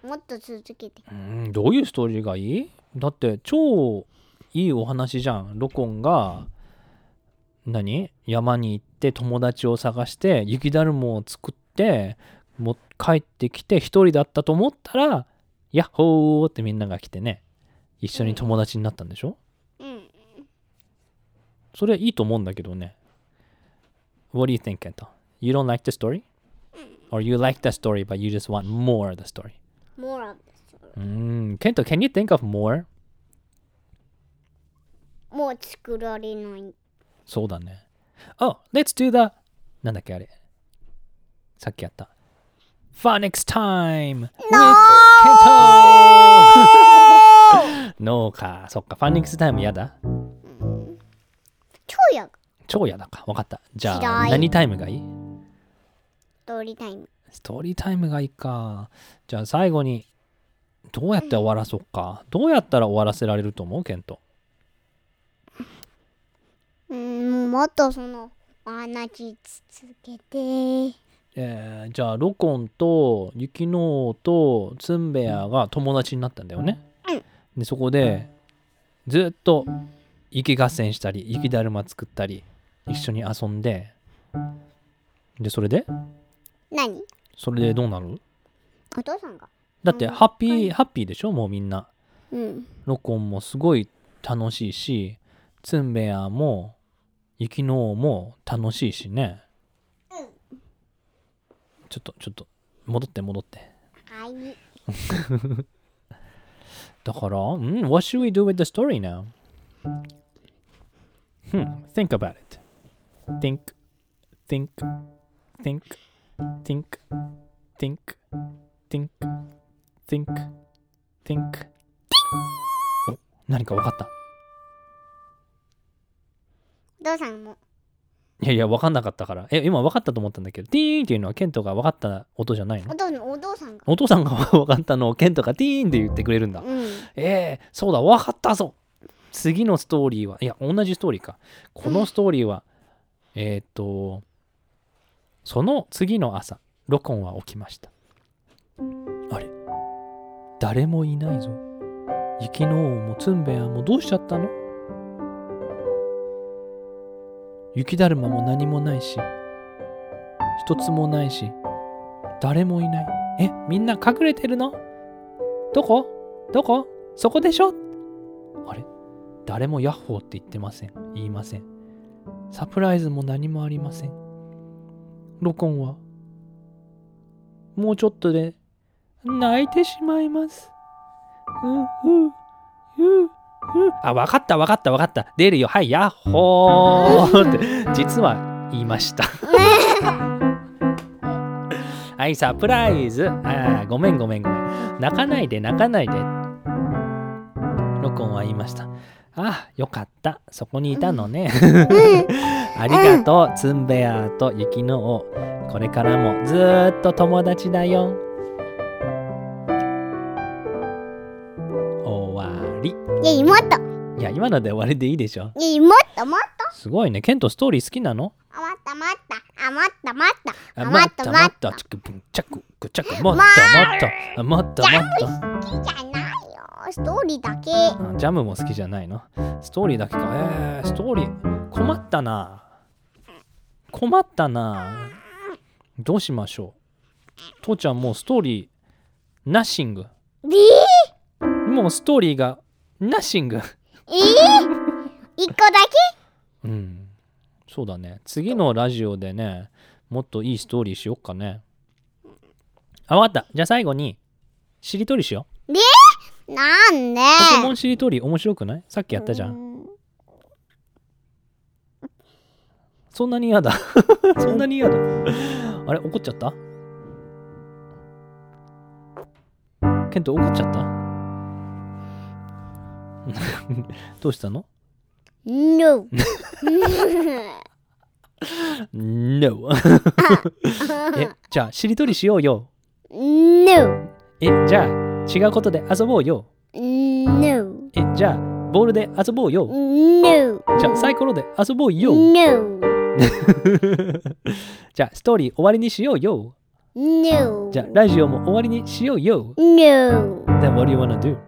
Speaker 2: もっと続けて
Speaker 1: うんどういうストーリーがいいだって超いいお話じゃんロコンが何山に行って友達を探して雪だるまを作っても帰ってきて一人だったと思ったらヤッホーってみんなが来てね一緒に友達になったんでしょ
Speaker 2: うん
Speaker 1: それいいと思うんだけどね。What do you think, Kenta? You don't like the story? Or you like the story, but you just want more of the story?
Speaker 2: モーラルですよ
Speaker 1: Mm, Kenta, can you think of more?
Speaker 2: もう作られない
Speaker 1: そうだね。Oh, let's do the... なんだっけあれ。さっきやった。Phonics time! with Kenta! no か。そっか。Phonics time やだ。
Speaker 2: 超やが
Speaker 1: 超やだか。わかった。じゃあ、
Speaker 2: 嫌い
Speaker 1: 何タイムがいい
Speaker 2: ストーリータイム
Speaker 1: ストーリータイムがいいか。じゃあ最後にどうやって終わらそうか。どうやったら終わらせられると思うケント。
Speaker 2: うんもっとそのお話続けて
Speaker 1: えーじゃあロコンとユキノーとツンベアが友達になったんだよね。
Speaker 2: うん
Speaker 1: でそこでずっと雪合戦したり雪だるま作ったり一緒に遊んででそれで
Speaker 2: 何
Speaker 1: それでどうなる
Speaker 2: お父さんが
Speaker 1: だってハッピーハッピーでしょもうみんな。
Speaker 2: うん
Speaker 1: ロコンもすごい楽しいしツンベヤもユキノオも楽しいしね、ちょっとちょっと戻って戻って
Speaker 2: はい
Speaker 1: だから、うん、What should we do with the story now? Hmm, think about it. Think, think, think, think, think, think, think, think. お何か分かった
Speaker 2: お父さんも
Speaker 1: いやいや、分かんなかったから。え、今分かったと思ったんだけど、ティーンっていうのはケントが分かった音じゃない
Speaker 2: お
Speaker 1: の
Speaker 2: 父さんお父さんが
Speaker 1: お父さんが分かったのをケントがティーンって言ってくれるんだ。
Speaker 2: うん
Speaker 1: えー、そうだ、分かったぞ次のストーリーは、いや、同じストーリーか。このストーリーは、えーっと、その次の朝、ロコンは起きました。あれ誰もいないぞ。雪の王もツンベアもどうしちゃったの雪だるまも何もないし、一つもないし、誰もいない。え、みんな隠れてるのどこどこそこでしょあれ誰もヤッホーって言ってません。言いません。サプライズも何もありません。ロコンは、もうちょっとで、泣いてしまいます。うう、うう、う。あ、わかったわかったわかった。出るよ。はい、ヤッホーって、実は言いました。 はい、サプライズ。あーごめんごめんごめん。泣かないで泣かないで。ロコンは言いました。あーよかった。そこにいたのね。ありがとう、ツンベアと雪の王。これからもずーっと友達だよ。終わり。
Speaker 2: いや、もっと。
Speaker 1: いや、今ので終わりでいいでしょ。
Speaker 2: いや、もっともっと。
Speaker 1: すごいね。ケント、ストーリー好きなの
Speaker 2: あ、待った待った。あ、待った待った。
Speaker 1: あ
Speaker 2: あ、
Speaker 1: も
Speaker 2: 待っ
Speaker 1: っとも
Speaker 2: た待っ
Speaker 1: っと
Speaker 2: た。
Speaker 1: チクプンチャククチャクもっともっとあもっともっと
Speaker 2: 好きじゃないよ。ストーリーだけ。
Speaker 1: あジャムも好きじゃないのストーリーだけかえー、ストーリー困ったな困ったなどうしましょう父ちゃんもうストーリーナッシング
Speaker 2: えー
Speaker 1: もうストーリーがナッシング
Speaker 2: えー、一個だ
Speaker 1: うんそうだね次のラジオでねもっといいストーリーしよっかねあわかったじゃあ最後にしりとりしよう
Speaker 2: けなんで
Speaker 1: ポケモンしりとり面白くないさっきやったじゃん。
Speaker 2: ん。
Speaker 1: そんなに嫌だ。 そんなに嫌だ。あれ怒っちゃったケント怒っちゃった どうしたの
Speaker 2: No.
Speaker 1: ?No え、じゃあしりとりしようよ。
Speaker 2: no.
Speaker 1: え、じゃあ違うことで遊ぼうよ。
Speaker 2: No.
Speaker 1: え、じゃあボールで遊ぼうよ。
Speaker 2: No.
Speaker 1: じゃあサイコロで遊ぼうよ。
Speaker 2: No.
Speaker 1: じゃあストーリー終わりにしようよ。
Speaker 2: No.
Speaker 1: じゃあラジオも終わりにしようよ。
Speaker 2: No.
Speaker 1: Then what do you wanna do?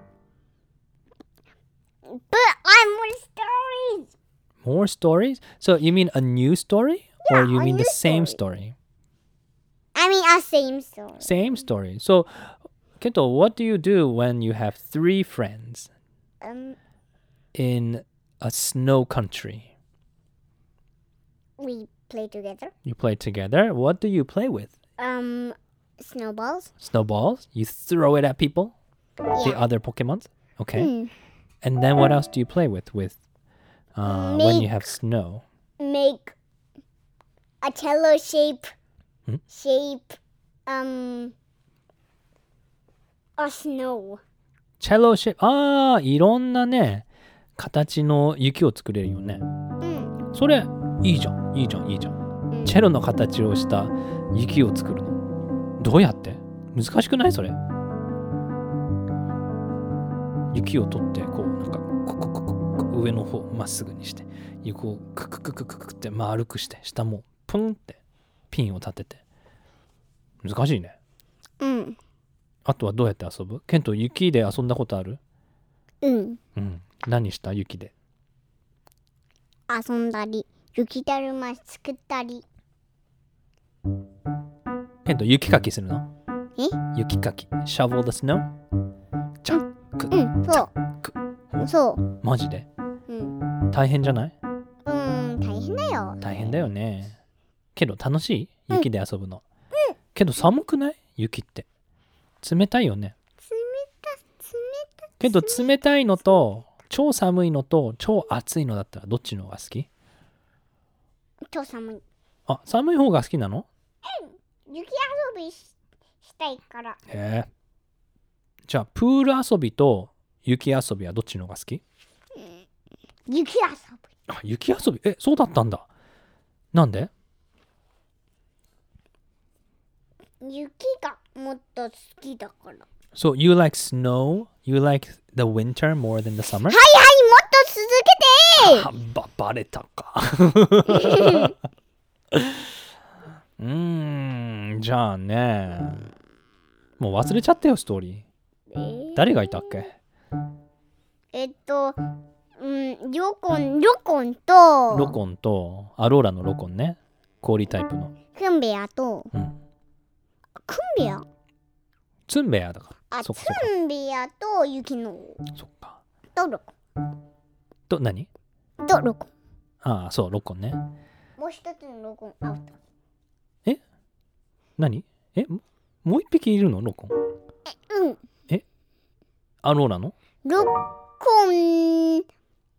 Speaker 2: But I'm with stories.
Speaker 1: More stories? So you mean a new story? or you
Speaker 2: a
Speaker 1: mean the
Speaker 2: new
Speaker 1: same story?
Speaker 2: I mean, a same story.
Speaker 1: Same story. So, Kento, what do you do when you have three friends
Speaker 2: Um,
Speaker 1: in a snow country?
Speaker 2: we play together.
Speaker 1: You play together. What do you play with?
Speaker 2: Um, snowballs.
Speaker 1: Snowballs? You throw it at people? The
Speaker 2: Yeah.
Speaker 1: other Pokemons? Okay.
Speaker 2: Mm.
Speaker 1: And then what else do you play with with uh, when you
Speaker 2: Make-
Speaker 1: have snow?
Speaker 2: Make a cello shape.
Speaker 1: Hmm?
Speaker 2: Shape. Um. A snow.
Speaker 1: チェロシェああいろんなね形の雪を作れるよね。
Speaker 2: Mm.
Speaker 1: それいいじゃんいいじゃんいいじゃんチェロの形をした雪を作るのどうやって難しくないそれ雪を取ってこうなんかこここここ上の方まっすぐにして雪をククククククって丸くして下もプンってピンを立てて難しいね
Speaker 2: Mm.
Speaker 1: あとはどうやって遊ぶケント雪で遊んだことある
Speaker 2: Mm.
Speaker 1: うん何した雪で
Speaker 2: 遊んだり雪だるま作ったり
Speaker 1: ケント雪かきするの
Speaker 2: え
Speaker 1: 雪かき shovel the snow チャック
Speaker 2: うんそうそう
Speaker 1: マジで
Speaker 2: うん
Speaker 1: 大変じゃない
Speaker 2: うん大変だよ
Speaker 1: 大変だよねけど楽しい
Speaker 2: うん
Speaker 1: 雪で遊ぶの、けど寒くない雪って冷たいよね
Speaker 2: 冷た冷
Speaker 1: けど冷たいのと超寒いのと超暑いのだったらどっちの方が好き
Speaker 2: た超寒い
Speaker 1: あ寒い方が好きなの
Speaker 2: 雪遊びししたいから
Speaker 1: へえじゃあプール遊びと雪遊びはどっちの方が好き
Speaker 2: 雪遊
Speaker 1: あ雪遊びえそうだったんだなんで
Speaker 2: び雪がもっと好き だからはいは
Speaker 1: So you like snow? You like the winter more than the summer?
Speaker 2: いもっと続けて
Speaker 1: あばバレたか うーんじゃあねもう忘れちゃったよストーリー誰がいたっけ
Speaker 2: えっとうんロコンロコンと
Speaker 1: ロコンとアローラのロコンね氷タイプの、
Speaker 2: クンベアと
Speaker 1: うん、
Speaker 2: クンベア
Speaker 1: ツンベアだか
Speaker 2: あ
Speaker 1: ら
Speaker 2: ツ
Speaker 1: そっかそっ
Speaker 2: ンベアと雪の王
Speaker 1: かそっか
Speaker 2: とロコ
Speaker 1: と何
Speaker 2: ンとロコン
Speaker 1: ああそうロコンね
Speaker 2: もう一つのロコンアウト。
Speaker 1: 何えももう一匹いるのロコン
Speaker 2: うん。
Speaker 1: アローラの
Speaker 2: ロコン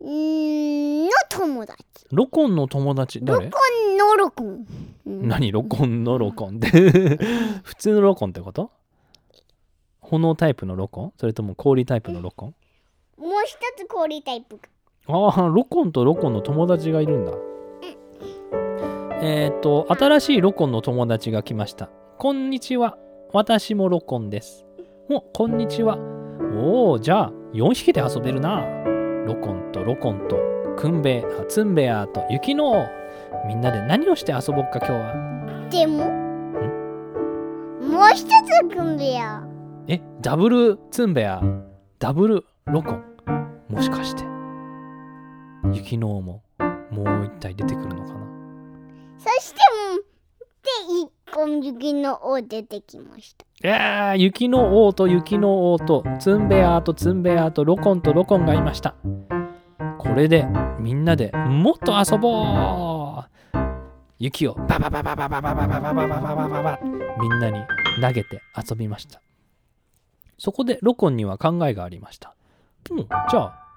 Speaker 2: の友達。
Speaker 1: ロコンの友達
Speaker 2: ロコ
Speaker 1: 誰
Speaker 2: ンの録音。うん
Speaker 1: 何ロコンのロ コンって普通のロコンってこと炎タイプのロコンそれとも氷タイプのロコン
Speaker 2: もう一つ氷タイプが。
Speaker 1: ああロコンとロコンの友達がいるんだえっ、と新しいロコンの友達が来ましたこんにちは私もロコンですおこんにちはおおじゃあ4匹で遊べるなロコンとロコンとクンベあツンベアと雪のみんなで何をして遊ぼっか今日は
Speaker 2: でも、もう一つくんべや。
Speaker 1: えダブルツンベアダブルロコンもしかして雪の王ももう一体出てくるのかな
Speaker 2: そしても、で、一本雪の王出てきました。
Speaker 1: えー、雪の王と雪の王とツンベアーとツンベアーとロコンとロコンがいましたこれでみんなでもっと遊ぼう雪をババババババババババババババババみんなに投げて遊びましたそこでロコンには考えがありましたうんじゃあ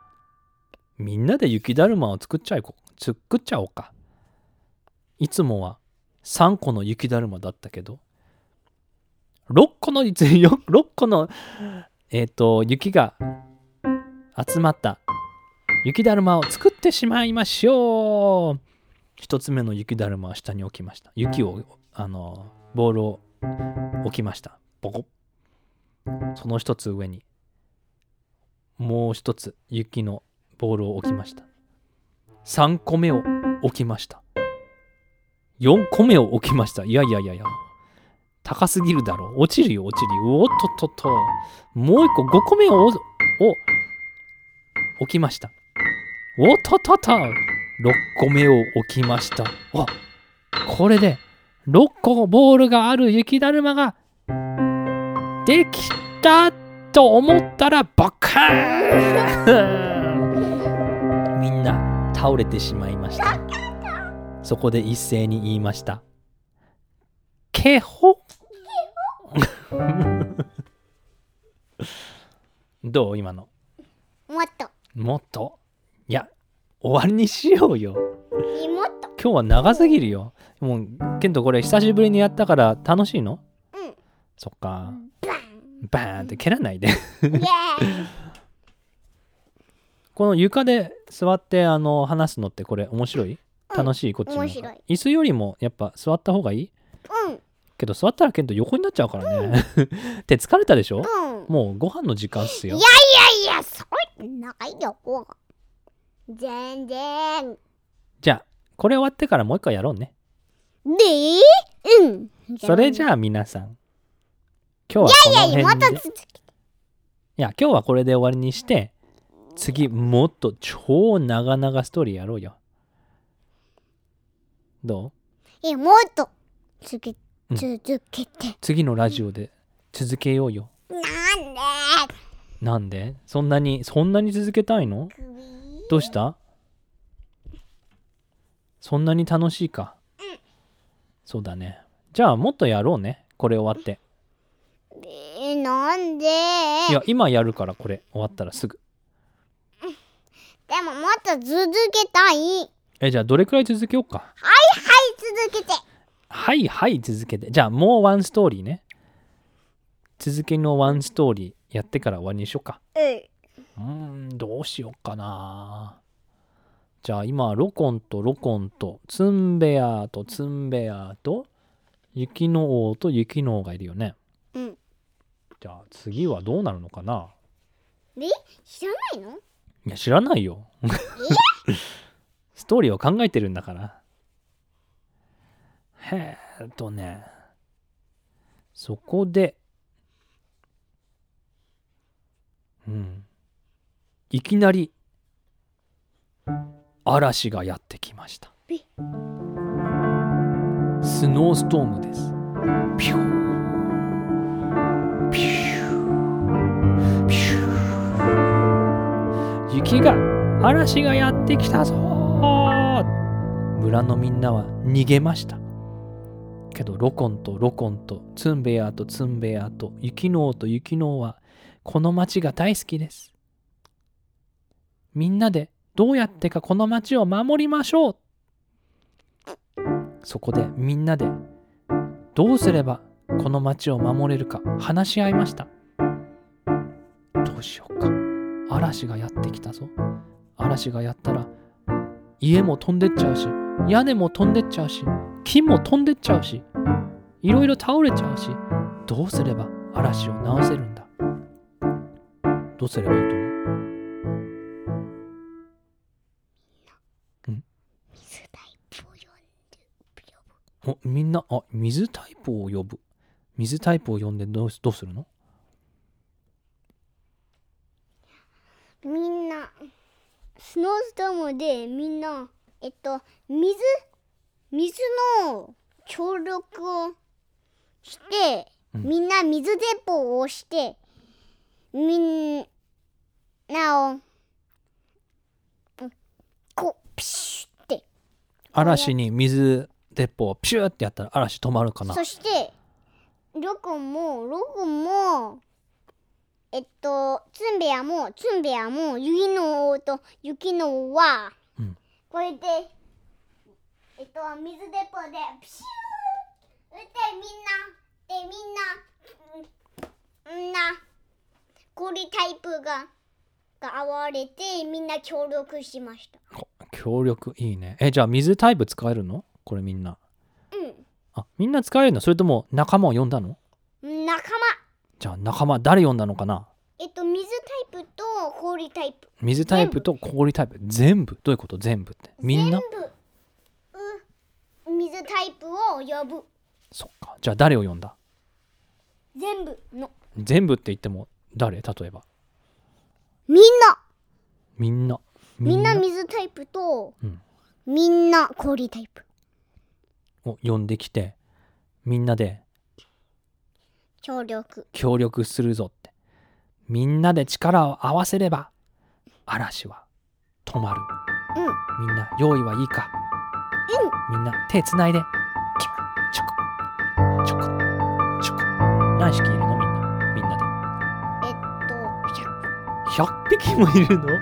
Speaker 1: みんなで雪だるまを作っちゃいこ作っちゃおうかいつもは3個の雪だるまだったけど6個の雪 よ6個のえっ、と雪が集まった雪だるまを作ってしまいましょう一つ目の雪だるまは下に置きました雪をあのボールを置きましたボコッその一つ上にもう一つ雪のボールを置きました3個目を置きました4個目を置きましたいやいやいやいや高すぎるだろう。落ちるよ、落ちるよ。おっとっとっと。もう一個、5個目を、お、お置きました。おっとっとっと。6個目を置きました。あこれで、6個ボールがある雪だるまが、できたと思ったら、バカーン みんな、倒れてしまいました。そこで一斉に言いました。けほどう今の
Speaker 2: もっと、
Speaker 1: もっといや終わりにしようよ
Speaker 2: えもっと。
Speaker 1: 今日は長すぎるよもうケントこれ久しぶりにやったから楽しいの
Speaker 2: うん。
Speaker 1: そっか
Speaker 2: バン。
Speaker 1: バーンって蹴らないで
Speaker 2: イェーイ。
Speaker 1: この床で座ってあの話すのってこれ面白い
Speaker 2: うん
Speaker 1: 楽しいこっちの方
Speaker 2: 面白
Speaker 1: が
Speaker 2: い
Speaker 1: 椅子よりもやっぱ座った方がいい
Speaker 2: うん。
Speaker 1: けど座ったらケント横になっちゃうからねって疲れたでしょ
Speaker 2: うん。
Speaker 1: もうご飯の時間っすよ
Speaker 2: いやいやいや、それ、ないよ。全然。
Speaker 1: じゃあこれ終わってからもう一回やろうね
Speaker 2: で、うん。
Speaker 1: それじ
Speaker 2: ゃ
Speaker 1: ゃあ皆さん今日はこの
Speaker 2: あ、いやいや、ま
Speaker 1: 辺で
Speaker 2: た
Speaker 1: いや
Speaker 2: 続け
Speaker 1: 今日はこれで終わりにして次もっと超長々ストーリーやろうよどう
Speaker 2: え、もっと続け
Speaker 1: うん
Speaker 2: 続けて。
Speaker 1: 次のラジオで続けようよ
Speaker 2: なんで
Speaker 1: なんでそんなにそんなに続けたいの
Speaker 2: 首うん
Speaker 1: どうしたそんなに楽しいかそうだねじゃあもっとやろうねこれ終わって
Speaker 2: えなんで
Speaker 1: いや今やるからこれ終わったらすぐ
Speaker 2: でももっと続けたい。はい、
Speaker 1: えじゃあどれくらい続けようか
Speaker 2: 続けて。
Speaker 1: はいはい続けてじゃあもうワンストーリーね続きのワンストーリーやってから終わりにしようか
Speaker 2: うん。
Speaker 1: うーんどうしようかなじゃあ今ロコンとロコンとツンベアーとツンベアーと雪の王と雪の王がいるよね
Speaker 2: うん。
Speaker 1: じゃあ次はどうなるのかな
Speaker 2: え知らないの
Speaker 1: いや知らないよストーリーを考えてるんだからへえとねそこでうんいきなり嵐がやってきました
Speaker 2: え
Speaker 1: スノーストームですピューピューピュー雪が嵐がやってきたぞ村のみんなは逃げましたけどロコンとロコンとツンベアとツンベアと雪の王と雪の王はこの町が大好きですみんなでどうやってかこの町を守りましょうそこでみんなでどうすればこの町を守れるか話し合いましたどうしようか嵐がやってきたぞ嵐がやったら家も飛んでっちゃうし屋根も飛んでっちゃうし木も飛んでっちゃうしいろいろ倒れちゃうしどうすれば嵐を直せるんだどうすればいいと思う
Speaker 2: 水タイプを呼んで呼ぶ
Speaker 1: おみんなあ水タイプを呼ぶ水タイプを呼んでどうすどうするの
Speaker 2: みんなスノーストームでみんなえっと水水の協力をして、
Speaker 1: うん
Speaker 2: みんな水鉄砲をしてみんなをうんこうピシュって
Speaker 1: 嵐に水鉄砲をピューってやったら嵐止まるかな
Speaker 2: そしてロコもロコもえっとツンベアもツンベアも雪の王と雪の王は、
Speaker 1: うん
Speaker 2: これでえっと水鉄砲でピシューってみんなでみんなみんな氷タイプがが現れてみんな協力しました。
Speaker 1: こ協力いいねえじゃあ水タイプ使えるのこれみんな
Speaker 2: う
Speaker 1: あみんな使えるのそれとも仲間を呼んだの
Speaker 2: ん仲間
Speaker 1: じゃあ仲間誰呼んだのかな
Speaker 2: えっと水タイプと氷タイプ
Speaker 1: 水タイプと氷タイプ全部どういうこと全部ってみんな
Speaker 2: 全部う水タイプを呼ぶ
Speaker 1: そっかじゃあ誰を呼んだ
Speaker 2: 全部の
Speaker 1: 全部って言っても誰例えば
Speaker 2: みんな
Speaker 1: みんな
Speaker 2: みんな水タイプと、
Speaker 1: うん
Speaker 2: みんな氷タイプ
Speaker 1: を呼んできてみんなで
Speaker 2: 協力
Speaker 1: 協力するぞってみんなで力を合わせれば嵐は止まる
Speaker 2: うん
Speaker 1: みんな用意はいいかみんな手つないでチョコチョコチョコチョコ何匹いるのみんなみんなで
Speaker 2: えっと100
Speaker 1: 100匹もいるの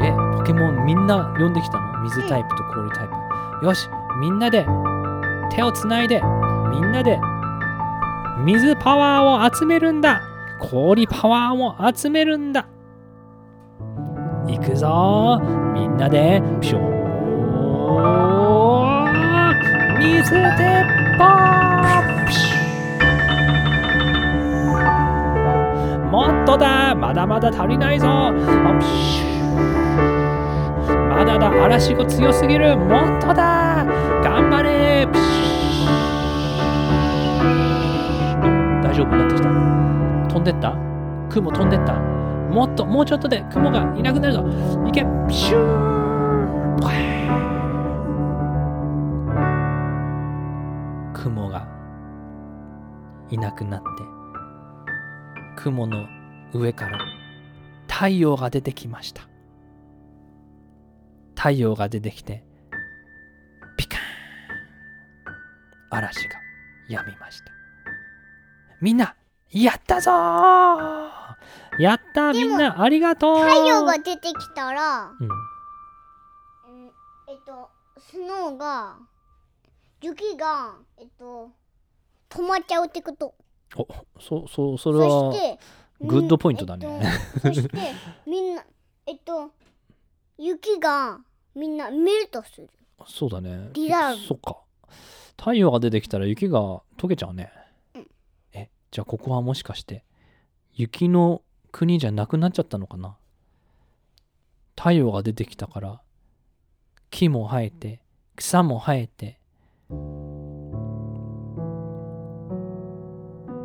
Speaker 1: えポケモンみんな呼んできたの水タイプと氷タイプよしみんなで手をつないでみんなで水パワーを集めるんだ氷パワーを集めるんだいくぞーみんなでピョー水鉄砲ピシューもっとだまだまだ足りないぞあプシュまだだ嵐が強すぎるもっとだ頑張れプシュ大丈夫になってきた飛んでった雲飛んでったもっともうちょっとで雲がいなくなるぞいけプシューブエー雲がいなくなって雲の上から太陽が出てきました太陽が出てきてピカーン嵐がやみましたみんなやったぞーやったみんなありがとう
Speaker 2: 太陽が出てきたら、
Speaker 1: うん
Speaker 2: うんえっとスノーが雪がえっと止まっちゃうってこと
Speaker 1: おそそそれ
Speaker 2: そ
Speaker 1: は
Speaker 2: して
Speaker 1: グッドポイントだね
Speaker 2: うんえっとそしてみんなえっと雪がみんなメルトする
Speaker 1: そうだね
Speaker 2: リラーブ
Speaker 1: そっか太陽が出てきたら雪が溶けちゃうね、えじゃあここはもしかして雪の国じゃなくなっちゃったのかな太陽が出てきたから木も生えて草も生えて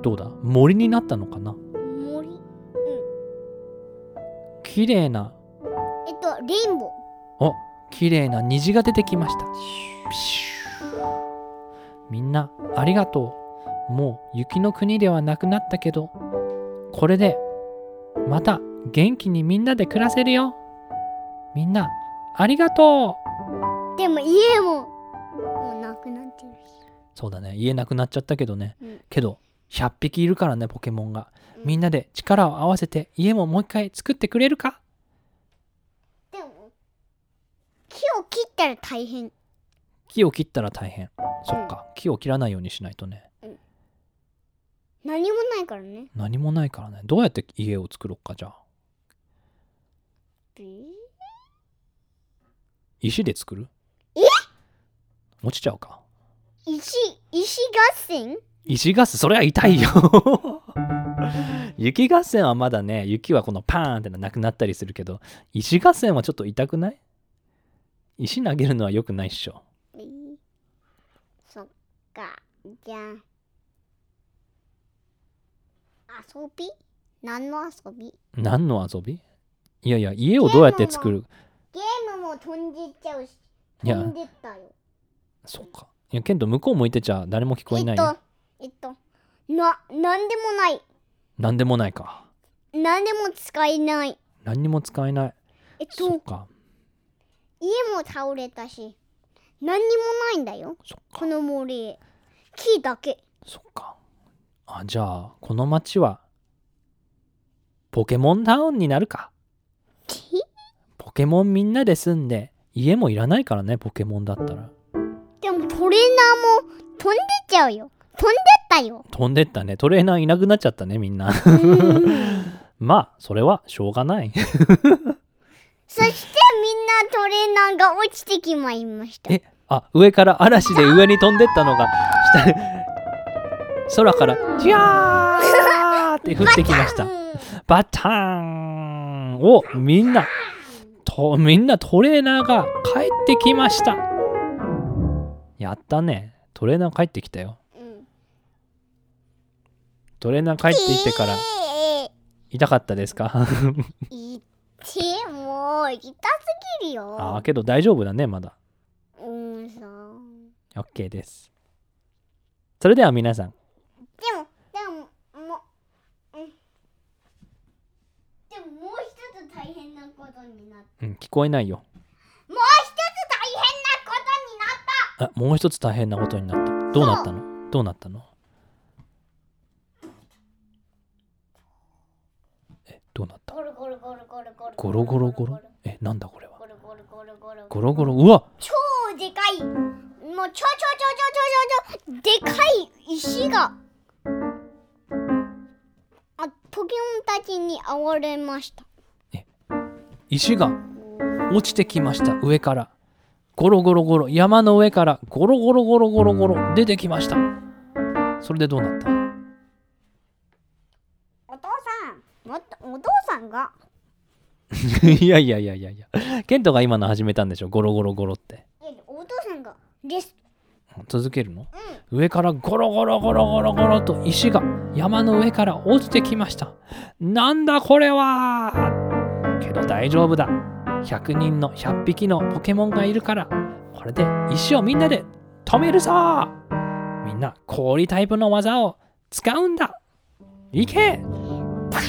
Speaker 1: どうだ森になったのかな
Speaker 2: 森
Speaker 1: 綺麗な
Speaker 2: えっとレインボー
Speaker 1: お綺麗な虹が出てきましたピシュみんなありがとうもう雪の国ではなくなったけどこれでまた元気にみんなで暮らせるよみんなありがとう
Speaker 2: でも家ももうなくなってるし
Speaker 1: そうだね言えなくなっちゃったけどね、
Speaker 2: うん
Speaker 1: けど100匹いるからねポケモンが
Speaker 2: うん
Speaker 1: みんなで力を合わせて家ももう一回作ってくれるか
Speaker 2: でも木を切ったら大変
Speaker 1: 木を切ったら大変。そっか、木を切らないようにしないとね。
Speaker 2: 何もないからね。
Speaker 1: 何もないからね。どうやって家を作ろうか、じゃあ。
Speaker 2: ビー
Speaker 1: 石で作る
Speaker 2: え
Speaker 1: 落ちちゃうか。
Speaker 2: 石、石合戦
Speaker 1: 石合戦、それは痛いよ。雪合戦はまだね、雪はこのパーンってなくなったりするけど、石合戦はちょっと痛くない石投げるのは良くないっしょ。
Speaker 2: ビーそっか。じゃあ。遊び何の遊び
Speaker 1: 何の遊びいやいや、家をどうやって作る
Speaker 2: ゲームも飛んでっちゃうし、
Speaker 1: いや
Speaker 2: 飛んでったよ。
Speaker 1: そうか。いや、けど向こう向いてちゃ誰も聞こえないよ。
Speaker 2: えっと、えっと、な、なんでもない。
Speaker 1: 何でもないか。
Speaker 2: なんでも使えない。
Speaker 1: 何にも使えない。
Speaker 2: えっ
Speaker 1: そっ
Speaker 2: と、
Speaker 1: か。
Speaker 2: 家も倒れたし、何にもないんだよ。
Speaker 1: そっ
Speaker 2: こ
Speaker 1: か。
Speaker 2: の森。木だけ。
Speaker 1: そっか。あ、じゃあ、この町は、ポケモンタウンになるか。
Speaker 2: 木
Speaker 1: ポケモンみんなで住んで、家もいらないからね、ポケモンだったら。
Speaker 2: でもトレーナーも飛んでっちゃうよ。飛んでった よ。
Speaker 1: 飛んでったね。トレーナーいなくなっちゃったね、みんな。 まあ、それはしょうがない。
Speaker 2: そしてみんなトレーナーが落ちてきまいりました。
Speaker 1: えあ上から嵐で上に飛んでったのが下空から「ジャー!」って降ってきました
Speaker 2: うん
Speaker 1: バターンおみんなとみんなトレーナーが帰ってきましたやったねトレーナー帰ってきたよ
Speaker 2: うん
Speaker 1: トレーナー帰ってきてから
Speaker 2: え
Speaker 1: 痛かったですか
Speaker 2: ー、いてもう痛すぎるよ。
Speaker 1: あーけど大丈夫だねまだ
Speaker 2: うんさ。で
Speaker 1: OK ですそれでは皆さん
Speaker 2: もでももう、うん、でももう一つ大変なことになっ
Speaker 1: うん聞こえないよ
Speaker 2: もう一つ大変なことになった。
Speaker 1: あもう一つ大変なことになったどうなったのどうなったのえどうなった
Speaker 2: ゴロゴロゴロゴロゴロ
Speaker 1: ゴロゴロゴロえなんだこれは
Speaker 2: ゴロゴロゴロゴロ
Speaker 1: ゴロゴロうわ
Speaker 2: 超でかいもう超超超超超超超でかい石があポケモンたちにあわれました
Speaker 1: 石が落ちてきました上からゴロゴロゴロ山の上からゴロゴロゴロゴロゴロ出てきましたそれでどうなった
Speaker 2: お父さんもっとお父さんが
Speaker 1: いやいやいやいやいやケントが今の始めたんでしょゴロゴロゴロって
Speaker 2: いやお父さんがです
Speaker 1: 続けるの上からゴロゴロゴロゴロゴロと石が山の上から落ちてきましたなんだこれはけど大丈夫だ100人の100匹のポケモンがいるからこれで石をみんなで止めるぞみんな氷タイプの技を使うんだいけわー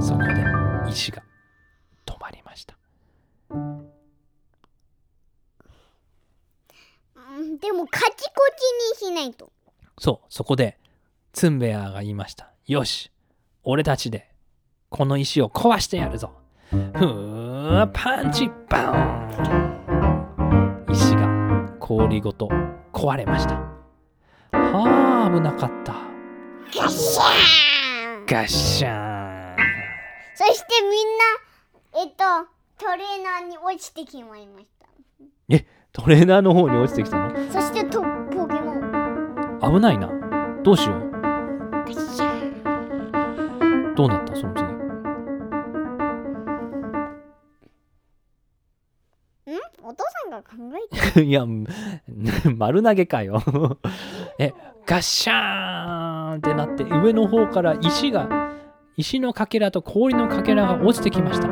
Speaker 1: そこで石が止まりました
Speaker 2: うんでもカチコチにしないと
Speaker 1: そう、そこで、ツンベアーが言いました。よし、俺たちで、この石を壊してやるぞ。ふー、パンチ、バーン石が氷ごと壊れました。はあ、危なかった。
Speaker 2: ガシャーン
Speaker 1: ガッシャーン。
Speaker 2: そしてみんなえっとトレーナーに落ちてきまいました
Speaker 1: え、トレーナーの方に落ちてきたの
Speaker 2: そしてとポケモン
Speaker 1: 危ないな。どうしよう。
Speaker 2: ガシャーン
Speaker 1: どうなったその次。
Speaker 2: んお父さんが考えて
Speaker 1: いや、ん丸投げかよ。 え、ガッシャーンってなって、上の方から石が、石のかけらと氷のかけらが落ちてきました。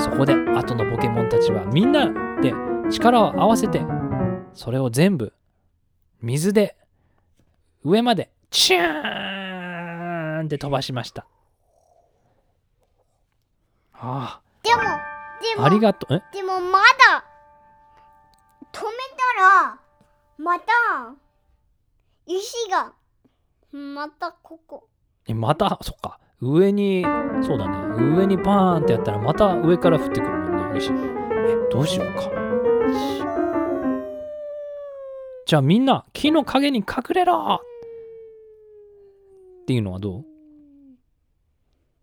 Speaker 1: そこで、後のポケモンたちはみんなで力を合わせて、それを全部、水で、上まで、チューンって飛ばしました。あ
Speaker 2: でもで
Speaker 1: あ、あり
Speaker 2: も
Speaker 1: がとう。え
Speaker 2: でもまだ止めたらまた石がまたここ
Speaker 1: えまたそっか上にそうだね上にパーンってやったらまた上から降ってくるもんねよし
Speaker 2: うん
Speaker 1: どうしようかじゃあみんな木の陰に隠れろっていうのはどう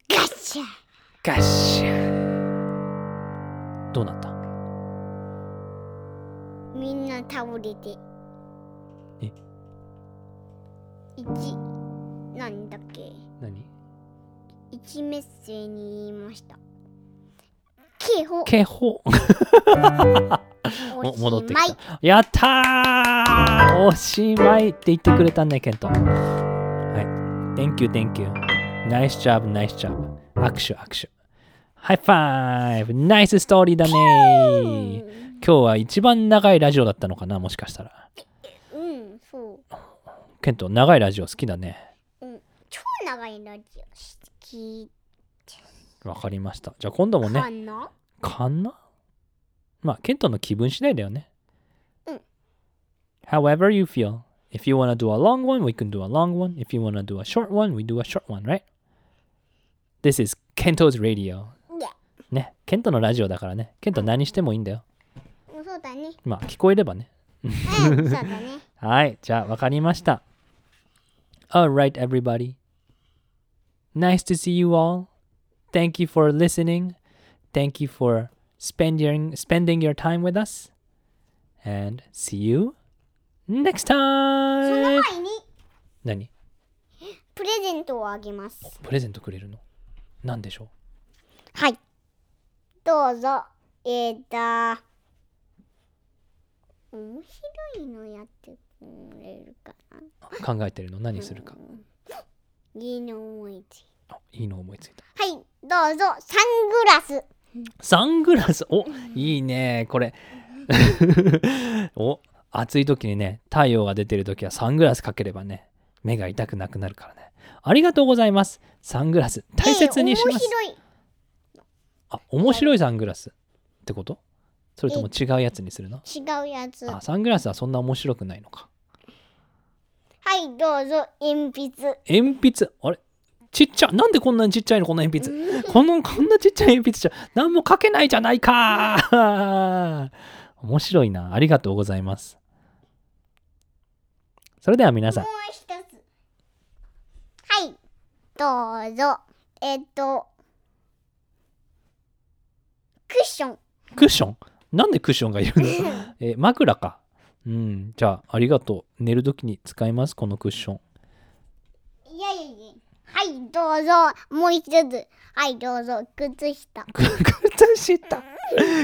Speaker 2: ガッシャ
Speaker 1: ガッシャどうなった
Speaker 2: みんな倒れて
Speaker 1: え
Speaker 2: 一なんだっけ
Speaker 1: 何
Speaker 2: 一メッセージに言いました警報
Speaker 1: 警報お
Speaker 2: おし
Speaker 1: 戻って
Speaker 2: まい
Speaker 1: きたやったーおしまいって言ってくれたねケントはい Thank you thank you Nice job nice job 握手握手ハイファイブナイスストーリーだねー今日は一番長いラジオだったのかなもしかしたら
Speaker 2: うんそう
Speaker 1: ケント長いラジオ好きだね
Speaker 2: 超長いラジオ好き
Speaker 1: わかりましたじゃあ今度も
Speaker 2: か
Speaker 1: ね
Speaker 2: な、
Speaker 1: かなまあケントの気分次第だよね
Speaker 2: うん
Speaker 1: However you feel If you wanna do a long one, we can do a long one. If you wanna do a short one, we do a short one, right? This is Kento's radio.
Speaker 2: いや
Speaker 1: ね、ケントのラジオだからね。ケント何してもいいんだよ。
Speaker 2: そうだね
Speaker 1: まあ、聞こえればね。
Speaker 2: うんそう だね
Speaker 1: はい、じゃあわかりました。Alright, everybody. Nice to see you all. Thank you for listening. Thank you for spending, spending your time with us. And see you next
Speaker 2: その
Speaker 1: time!
Speaker 2: 前に
Speaker 1: 何
Speaker 2: プレゼントをあげます
Speaker 1: プレゼントくれるの何でしょ
Speaker 2: はいどうぞえーだ面白いのやってくれるかな
Speaker 1: う考えてるの何するか。
Speaker 2: いいの思いつい
Speaker 1: あいいの思いついた。
Speaker 2: たはいどうぞサングラス
Speaker 1: サングラスおいいねこれ お暑い時にね太陽が出てる時はサングラスかければね目が痛くなくなるからねありがとうございますサングラス大切にします、
Speaker 2: えー面
Speaker 1: あ面白いサングラスってことそれとも違うやつにするの
Speaker 2: 白い違うやつは
Speaker 1: あサングラスはそんな面白くないのか
Speaker 2: いどうぞ鉛筆
Speaker 1: 鉛筆あれちっちゃなんでこんなにちっちゃいのこの鉛筆このこんなちっちゃい鉛筆じゃ何も書けないじゃないか 面白いなありがとうございますそれでは皆さん
Speaker 2: もう一つはいどうぞえっ、とクッション
Speaker 1: クッションなんでクッションがいるの、 えー枕かうんじゃあありがとう寝る時に使いますこのクッション
Speaker 2: いやいやいやはいどうぞもう一つはいどうぞ靴下
Speaker 1: く 靴下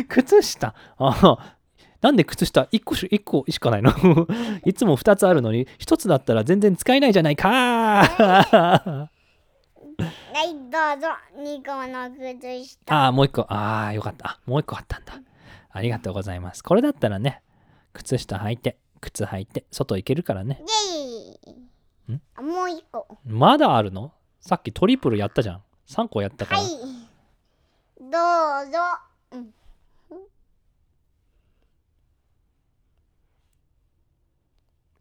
Speaker 1: 靴下あなんで靴下1個し一個しかないの いつも2つあるのに1つだったら全然使えないじゃないか
Speaker 2: はいどうぞ二個の靴下
Speaker 1: ああもう1個ああよかったあもう1個あったんだありがとうございますこれだったらね靴下履いて靴履いて外行けるからね
Speaker 2: イエイあもう一個
Speaker 1: まだあるのさっきトリプルやったじゃん3個やったか
Speaker 2: は
Speaker 1: ら、
Speaker 2: いどうぞ、うん、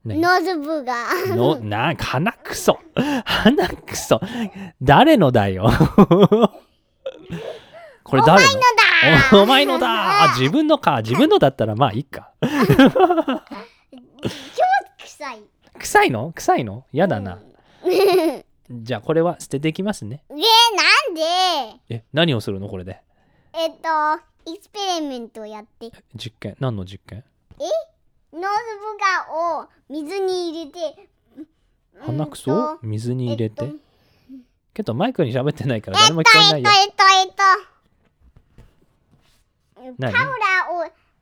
Speaker 1: ね
Speaker 2: ノズブが
Speaker 1: の、な、鼻くそ。鼻くそ。誰のだよ。 これ誰のおお前のだあ自分のか自分のだったらまあいいか
Speaker 2: 臭い
Speaker 1: 臭いの臭いの嫌だな、じゃあこれは捨てていきますね
Speaker 2: えー、なんで
Speaker 1: え何をするのこれで
Speaker 2: えっとエクスペリメントをやってノズ
Speaker 1: 実験何の実験
Speaker 2: ブガを水に入れて
Speaker 1: 鼻く
Speaker 2: うん
Speaker 1: そ
Speaker 2: と
Speaker 1: 水に入れて、
Speaker 2: えっと
Speaker 1: けどマイクに喋ってないから
Speaker 2: えっ
Speaker 1: 誰
Speaker 2: と
Speaker 1: も聞こえな
Speaker 2: えっ
Speaker 1: い
Speaker 2: と
Speaker 1: よ、
Speaker 2: えっとえっと
Speaker 1: 何
Speaker 2: パウダー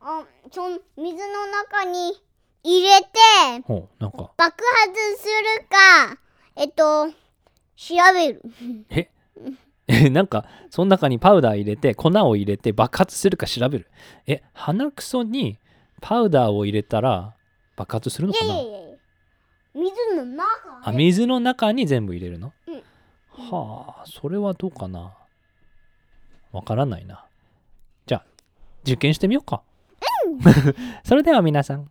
Speaker 2: をおその水の中に入れて
Speaker 1: ほうなんか
Speaker 2: 爆発するかえっと調べる
Speaker 1: ええ なんかその中にパウダー入れて粉を入れて爆発するか調べるえ鼻くそにパウダーを入れたら爆発するの
Speaker 2: いや
Speaker 1: か
Speaker 2: いや
Speaker 1: ない
Speaker 2: やいや水の中
Speaker 1: あ水の中に全部入れるの、
Speaker 2: うん
Speaker 1: はあそれはどうかなわからないなじゃあ受験してみようか、 それでは皆さん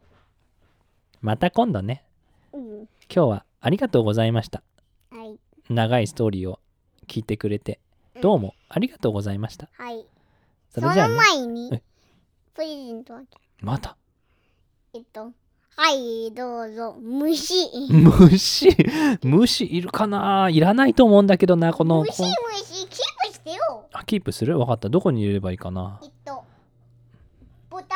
Speaker 1: また今度ね
Speaker 2: うん
Speaker 1: 今日はありがとうございました
Speaker 2: はい
Speaker 1: 長いストーリーを聞いてくれてどうもありがとうございました
Speaker 2: はい
Speaker 1: そ
Speaker 2: そ
Speaker 1: れじゃあ
Speaker 2: の
Speaker 1: ね、
Speaker 2: 前に
Speaker 1: え
Speaker 2: プレゼントをあげる
Speaker 1: また。
Speaker 2: えっとはいどうぞ虫虫
Speaker 1: 虫、虫いるかないらないと思うんだけどな、この。
Speaker 2: 虫
Speaker 1: こん
Speaker 2: キープしてよ
Speaker 1: あ、キープするわかった。どこに入れればいいかな
Speaker 2: え。っとボタル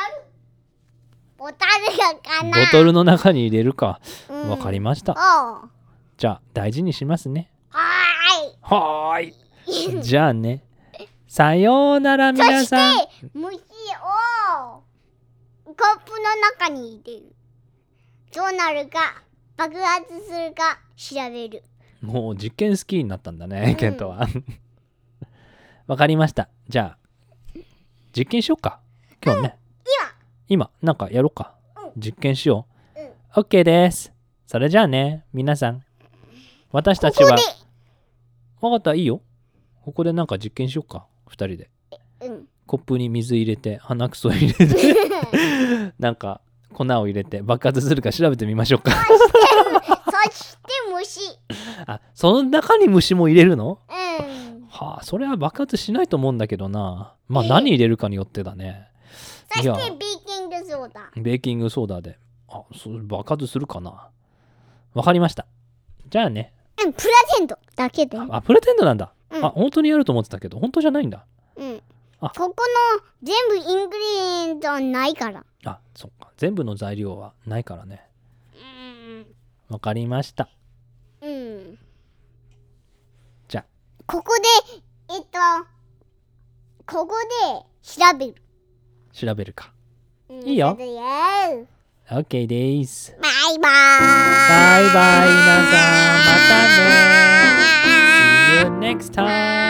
Speaker 2: ボタルか
Speaker 1: ボ
Speaker 2: な
Speaker 1: トルの中に入れるか。
Speaker 2: うん
Speaker 1: わかりまし
Speaker 2: お
Speaker 1: た。
Speaker 2: うは
Speaker 1: じゃあ、大事にしますね。
Speaker 2: ーい
Speaker 1: は ーい。じゃあね。さようなら、
Speaker 2: そ
Speaker 1: 皆
Speaker 2: して
Speaker 1: さん。
Speaker 2: 虫をコップの中に入れるどうなるか爆発するか調べる
Speaker 1: もう実験スキーになったんだね、
Speaker 2: うん
Speaker 1: ケントは。 わかりました。じゃあ、実験しようか。今日ね。今、なんかやろうか。実験しよ
Speaker 2: うんこ
Speaker 1: う。OK です。それじゃあね、皆さん。私たち
Speaker 2: こ
Speaker 1: は。わかった、いいよ。ここでなんか実験しようか。二人で。
Speaker 2: で うん
Speaker 1: コップに水入れて、鼻くそ入れ て、なんか粉を入れて爆発するか調べてみましょうか。
Speaker 2: そして虫
Speaker 1: あ、その中に虫も入れるの
Speaker 2: うん
Speaker 1: はあ、それは爆発しないと思うんだけどな。まあ
Speaker 2: ええ
Speaker 1: 何入れるかによってだね。
Speaker 2: そし
Speaker 1: いや
Speaker 2: てベーキングソーダ
Speaker 1: ベーキングソーダで。あ、それ爆発するかな。わかりました。じゃあね。
Speaker 2: うんプレゼントだけで
Speaker 1: あ、あプレテンドなんだ。
Speaker 2: うん
Speaker 1: あ、本当にやると思ってたけど、本当じゃないんだ。
Speaker 2: うん
Speaker 1: あ
Speaker 2: ここの全部イングリエントないから
Speaker 1: あ、そっか。全部の材料はないからね。
Speaker 2: うん
Speaker 1: わかりました。
Speaker 2: うん
Speaker 1: じゃあ
Speaker 2: ここでえっとここで調べる
Speaker 1: 調べるか。
Speaker 2: うん
Speaker 1: いいよ
Speaker 2: それでよ
Speaker 1: OK です。
Speaker 2: バイバ
Speaker 1: バイバイ皆さん。またね。See you
Speaker 2: ーイ
Speaker 1: next time.